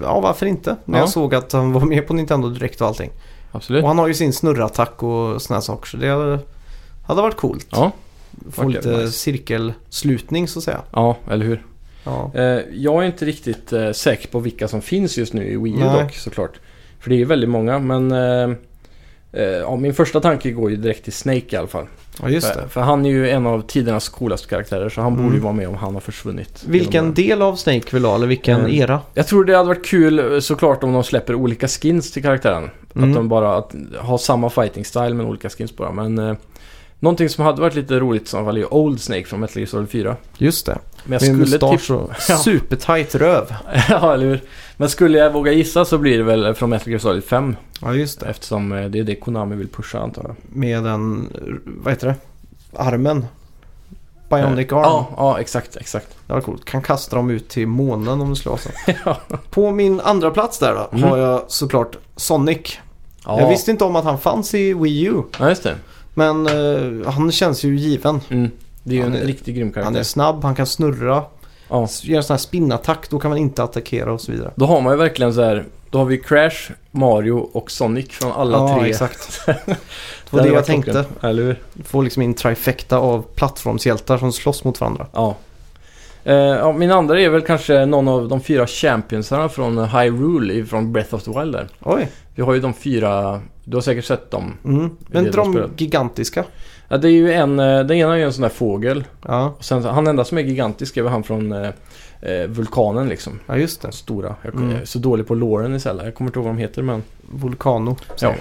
ja varför inte? När Ja. Mm. jag såg att han var med på Nintendo Direkt och allting. Absolut. Och han har ju sin snurrattack och såna här saker så det hade- hade varit coolt. Ja, Få vart lite jävligt nice. cirkelslutning så att säga. ja eller hur. Ja, Eh, jag är inte riktigt eh, säker på vilka som finns just nu i Wii U Nej. dock såklart. För det är ju väldigt många men... Eh, eh, ja, min första tanke går ju direkt till Snake i alla fall. ja just För, det. för han är ju en av tidernas coolaste karaktärer så han Mm. borde ju vara med om han har försvunnit. Vilken genom det. del av Snake vill du ha eller vilken Mm. era? Jag tror det hade varit kul eh, såklart om de släpper olika skins till karaktären. Mm. Att de bara att, har samma fighting style men olika skins bara. Men eh, Någonting som hade varit lite roligt som fall är Old Snake från Metal Gear Solid 4. Just det. Men jag Med en skulle tippa... mustasch och Ja. supertight röv. ja, eller hur? Men skulle jag våga gissa så blir det väl från Metal Gear Solid 5. Ja, just det. Eftersom eh, det är det Konami vill pusha antar jag. Med den, eh, vad heter det? Armen. Bionic arm. Eh, Ja, ja exakt, exakt. Det var coolt. Kan kasta dem ut till månen om du slår så. Ja. På min andra plats där då Mhm. har jag såklart Sonic. Ja, Jag visste inte om att han fanns i Wii U. ja just det. Men eh, han känns ju given. Mm. Det är ju Han en är- riktigt grym karaktär. Han är snabb, han kan snurra. ja. Gör en sån här spinnattack, då kan man inte attackera och så vidare. Då har man ju verkligen så här. Då har vi Crash, Mario och Sonic från alla ja, tre. exakt. Det hade var det jag varit tänkte. klockrent. Eller hur? Få liksom in trifecta av plattformshjältar som slåss mot varandra. Ja. Eh, ja. Min andra är väl kanske någon av de fyra championsarna från Hyrule från Breath of the Wild där. Oj. Vi har ju de fyra, du har säkert sett dem. Mm. Det är Men det de de spelar. gigantiska. Ja, det är ju en, eh, den ena är ju en sån där fågel. Ja. Och sen, han enda som är gigantisk är väl han från eh, eh, vulkanen liksom. ja, just det. Stora. Jag Mm. jag är så dålig på låren i Zelda. Jag kommer inte ihåg vad de heter men... Vulcano. Ja. säger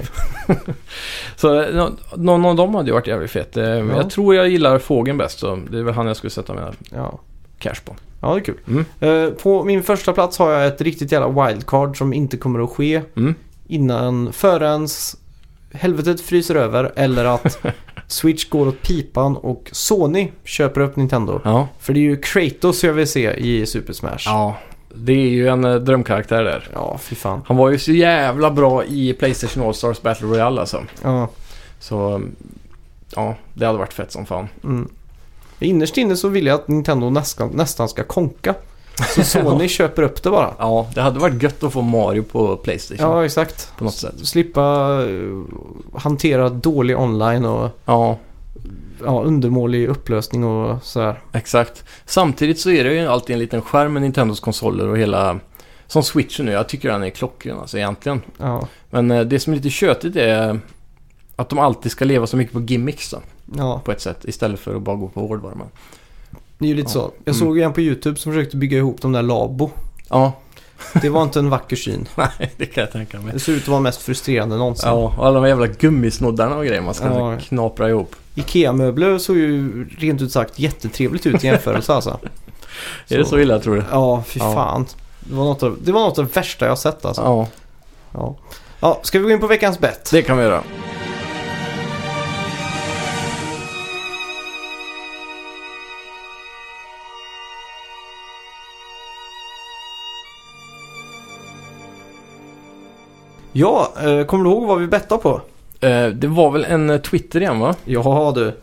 vi. så eh, nå- någon av dem hade ju varit jävligt fet. Eh, men Ja. Jag tror jag gillar fågeln bäst så det är väl han jag skulle sätta mina ja. cash på. Ja, det är kul. Mm. Eh, på min första plats har jag ett riktigt jävla wildcard som inte kommer att ske Mm. innan förrän helvetet fryser över eller att Switch går åt pipan och Sony köper upp Nintendo. Ja. För det är ju Kratos jag vill se i Super Smash. ja, det är ju en eh, drömkaraktär där. Ja, fy fan. Han var ju så jävla bra i Playstation All-Stars Battle Royale alltså. Ja. Så eh, ja, det hade varit fett som fan. Mm. Innerst inne så vill jag att Nintendo nästan, nästan ska konka. Så Sony köper upp det bara. Ja, det hade varit gött att få Mario på Playstation Ja, exakt. på något sätt. Slippa eh, hantera dålig online och Ja, ja, undermålig upplösning och sådär. exakt. Samtidigt så är det ju alltid en liten skärm med Nintendos konsoler och hela... Som Switchen nu, jag tycker den är klockren alltså egentligen. Ja, Men eh, det som är lite tjötigt är att de alltid ska leva så mycket på gimmicks då, ja, på ett sätt. Istället för att bara gå på hårdvaran. det är ju lite Ja. så. Jag Mm. såg ju en på YouTube som försökte bygga ihop de där labo. Ja, Det var inte en vacker syn. nej, det kan jag tänka mig. Det ser ut att vara mest frustrerande någonsin. Ja, och alla de jävla gummisnoddarna och grejer man ska Ja. knapra ihop. Ikea-möbler såg ju rent ut sagt jättetrevligt ut i jämförelse alltså. Är det så illa tror du? Ja, fy Ja. fan. Det var, något av, det var något av det värsta jag sett alltså. Ja, Ja. ja, ska vi gå in på veckans bett? det kan vi göra. Ja, eh, kommer du ihåg vad vi bettade på? Eh, Det var väl en eh, Twitter igen va? Ja du.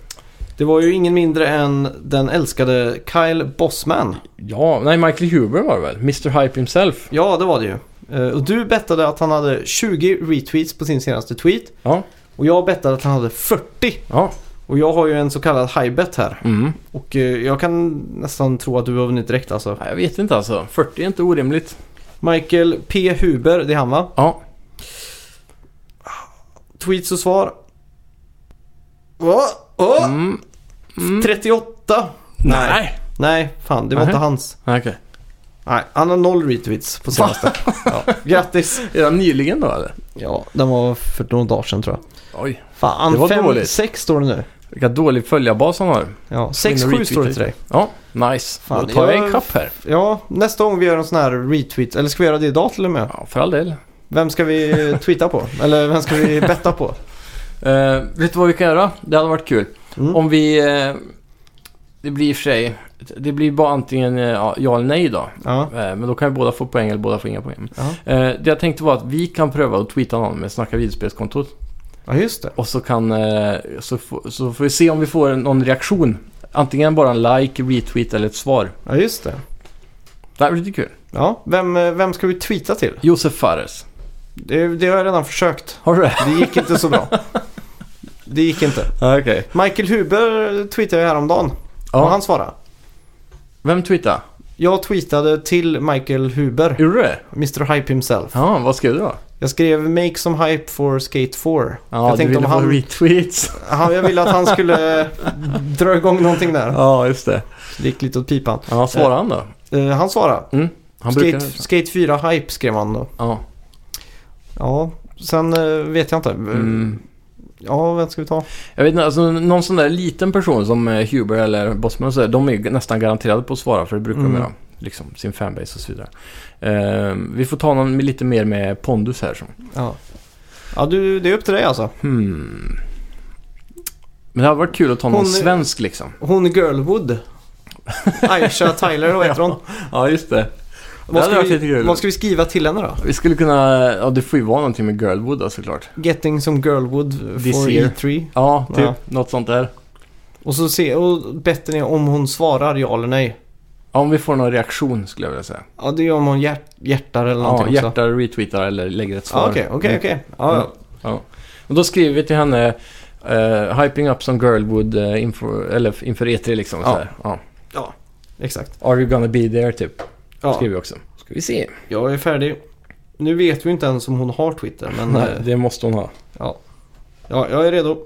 Det var ju ingen mindre än den älskade Kyle Bossman. Ja, nej Michael Huber var det väl? Mr Hype himself. Ja, det var det ju. Eh, Och du bettade att han hade 20 retweets på sin senaste tweet. Ja. Och jag bettade att han hade 40. Ja. Och jag har ju en så kallad high bet här. Mm. Och eh, jag kan nästan tro att du har vunnit direkt alltså. Nej, jag vet inte alltså. 40 är inte orimligt. Michael P. Huber, det är han va? Ja. Tweets och svar. Åh! Åh! Mm. 38! Nej. Nej, fan det var Nej. inte hans. Okej. Nej, han har noll retweets på senaste. ja. Grattis! Är den nyligen då eller? Ja, den var för några dagar sedan tror jag. Oj. Det Fan, var fem dåligt. sex står det nu. Vilka dålig följarbas han har. Ja, sex In sju retweet typ. står det lite. till dig. Ja, nice. Fan, Då tar jag jag- ikapp här. Ja, nästa gång vi gör en sån här retweet, eller ska vi göra det idag till och med? Ja, för all del. Vem ska vi tweeta på? Eller vem ska vi betta på? Eh, vet du vad vi kan göra? Det hade varit kul. Mm. Om vi... eh, det blir i och för sig... Det blir bara antingen eh, ja ja eller nej då. Ja, Eh, Men då kan ju båda få poäng eller båda få inga poäng. ja. Eh, Det jag tänkte var att vi kan pröva att tweeta någon med Snacka videospelskontot. ja just det. Och så kan... eh, Så, få, så får vi se om vi får någon reaktion. Antingen bara en like, retweet eller ett svar. Ja, just det. Det här blir lite kul. Ja, vem, eh, vem ska vi tweeta till? Josef Fares. Det, det har jag redan försökt. Har du det? Det gick inte så bra. Det gick inte. Okej. Michael Huber tweetade jag häromdagen. Och Ja. han svarade. Vem tweetade? Jag tweetade till Michael Huber, Gjorde du det? Mr Hype himself. Ja, vad skrev du då? Jag skrev “Make some hype for Skate 4”. Ja, jag du tänkte ville om få han, retweets. han, jag ville att han skulle dra igång någonting där. Ja, just det. Det gick lite åt pipan. Ja, svarade han då? Eh, han svarade. Han skate, brukar... skate 4 Hype skrev han då. Ja. Ja, sen eh, vet jag inte. Mm. Ja, vem ska vi ta? Jag vet inte, alltså någon sån där liten person som eh, Huber eller Bossman och så där, de är ju nästan garanterade på att svara för det brukar Mm. de göra. Liksom sin fanbase och så vidare. Eh, vi får ta någon med lite mer med pondus här. Som. Ja, ja du, det är upp till dig alltså. Hmm. Men det hade varit kul att ta någon Hon är- svensk liksom. Hon Girlwood. Aisha Tyler, vad heter hon? Ja, just det. Det Vad hade ska, varit lite vi, kul. vad ska vi skriva till henne då? Vi skulle kunna, ja det får ju vara någonting med Girlwood då såklart. Getting some Girlwood This for year. E3. Ja, typ Ja. något sånt där. Och så se, och betten är om hon svarar ja eller nej. Ja, om vi får någon reaktion skulle jag vilja säga. Ja, det är om hon hjärt, hjärtar eller Ja, Mm. någonting också. hjärtar, retweetar eller lägger ett Ja, svar. Okej, okej, okej. Ja, ja. Och då skriver vi till henne eh, Hyping up some girlwood eh, inför, eller inför E3 liksom. Ja. Så här. Ja. Exakt. Are you gonna be there typ? Ja, Skriver vi också. Ska vi se. jag är färdig. Nu vet vi inte ens om hon har Twitter, men eh, Det måste hon ha. ja, jag är redo.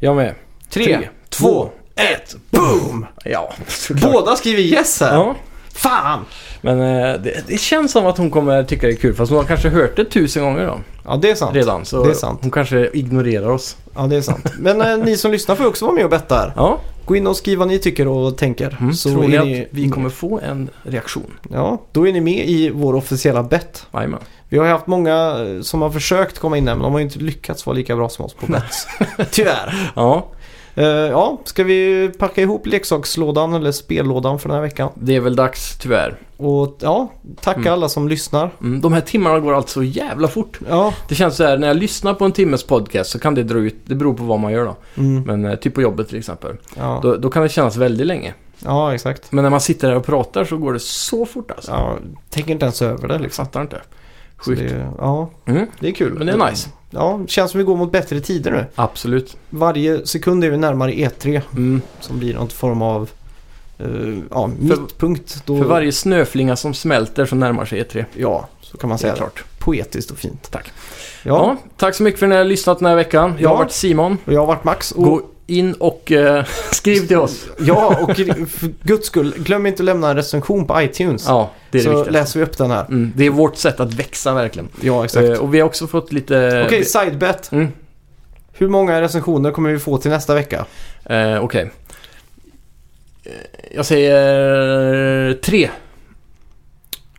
Jag med. Tre, två, två, ett. boom! Ja, såklart. Båda skriver yes här. Ja, Fan! men eh, det, det känns som att hon kommer tycka det är kul. Fast hon har kanske hört det tusen gånger då. Ja, det är sant. Redan. Så Det är sant. hon kanske ignorerar oss. Ja, det är sant. Men eh, ni som lyssnar får ju också vara med och betta här. Ja, Gå in och skriv vad ni tycker och tänker. mm. Så tror ni är att ni, Mm. vi kommer få en reaktion? Ja, då är ni med i vår officiella bett. Jajamän. Vi har ju haft många eh, som har försökt komma in där, men de har ju inte lyckats vara lika bra som oss på bets. Tyvärr. Ja, Eh, ja, ska vi packa ihop leksakslådan eller spellådan för den här veckan? det är väl dags tyvärr. Och ja, tacka Mm. alla som lyssnar. Mm, de här timmarna går alltså jävla fort. Ja, Det känns så här, när jag lyssnar på en timmes podcast så kan det dra ut, det beror på vad man gör då. mm, Men eh, typ på jobbet till exempel. ja. Då, då kan det kännas väldigt länge. ja exakt. Men när man sitter här och pratar så går det så fort alltså. Ja, tänker inte ens över det Jag liksom. fattar inte. Så Sjukt. det, ja, Mm. det är kul. Men det är nice. Ja, känns som vi går mot bättre tider nu. Absolut. Varje sekund är vi närmare E3 Mm. som blir någon form av eh, ja, För- mittpunkt. Då, För varje snöflinga som smälter så närmar sig E3. Ja, så kan man Det säga. är klart. Poetiskt och fint. Tack. Ja, Ja, tack så mycket för att ni har lyssnat den här veckan. Jag har Ja. varit Simon. och jag har varit Max. Och, Gå in och eh, skriv till oss. Ja, och för guds skull, glöm inte att lämna en recension på iTunes. Ja, det är det så viktigaste. läser vi upp den här. Mm, det är vårt sätt att växa verkligen. Ja, exakt. Eh, och vi har också fått lite... Okej, sidebet. Mm. Hur många recensioner kommer vi få till nästa vecka? Eh, Okej. Eh, Jag säger eh, tre.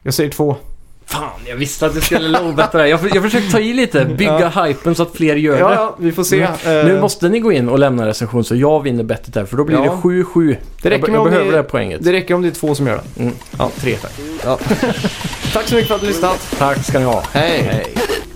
Jag säger två. Fan, jag visste att du skulle lowbetta det här. Jag, för- jag försökte ta i lite, bygga hypen så att fler gör Ja, det. ja, vi får se. Mm. Eh, Nu måste ni gå in och lämna recension så jag vinner bettet där, för då blir Ja. det 7-7. Det räcker jag, med jag om behöver ni- det här poänget. Det räcker om det är två som gör det. Mm. Ja, tre tack. Tack så mycket för att du har lyssnat. Tack ska ni ha. Hej. Hej.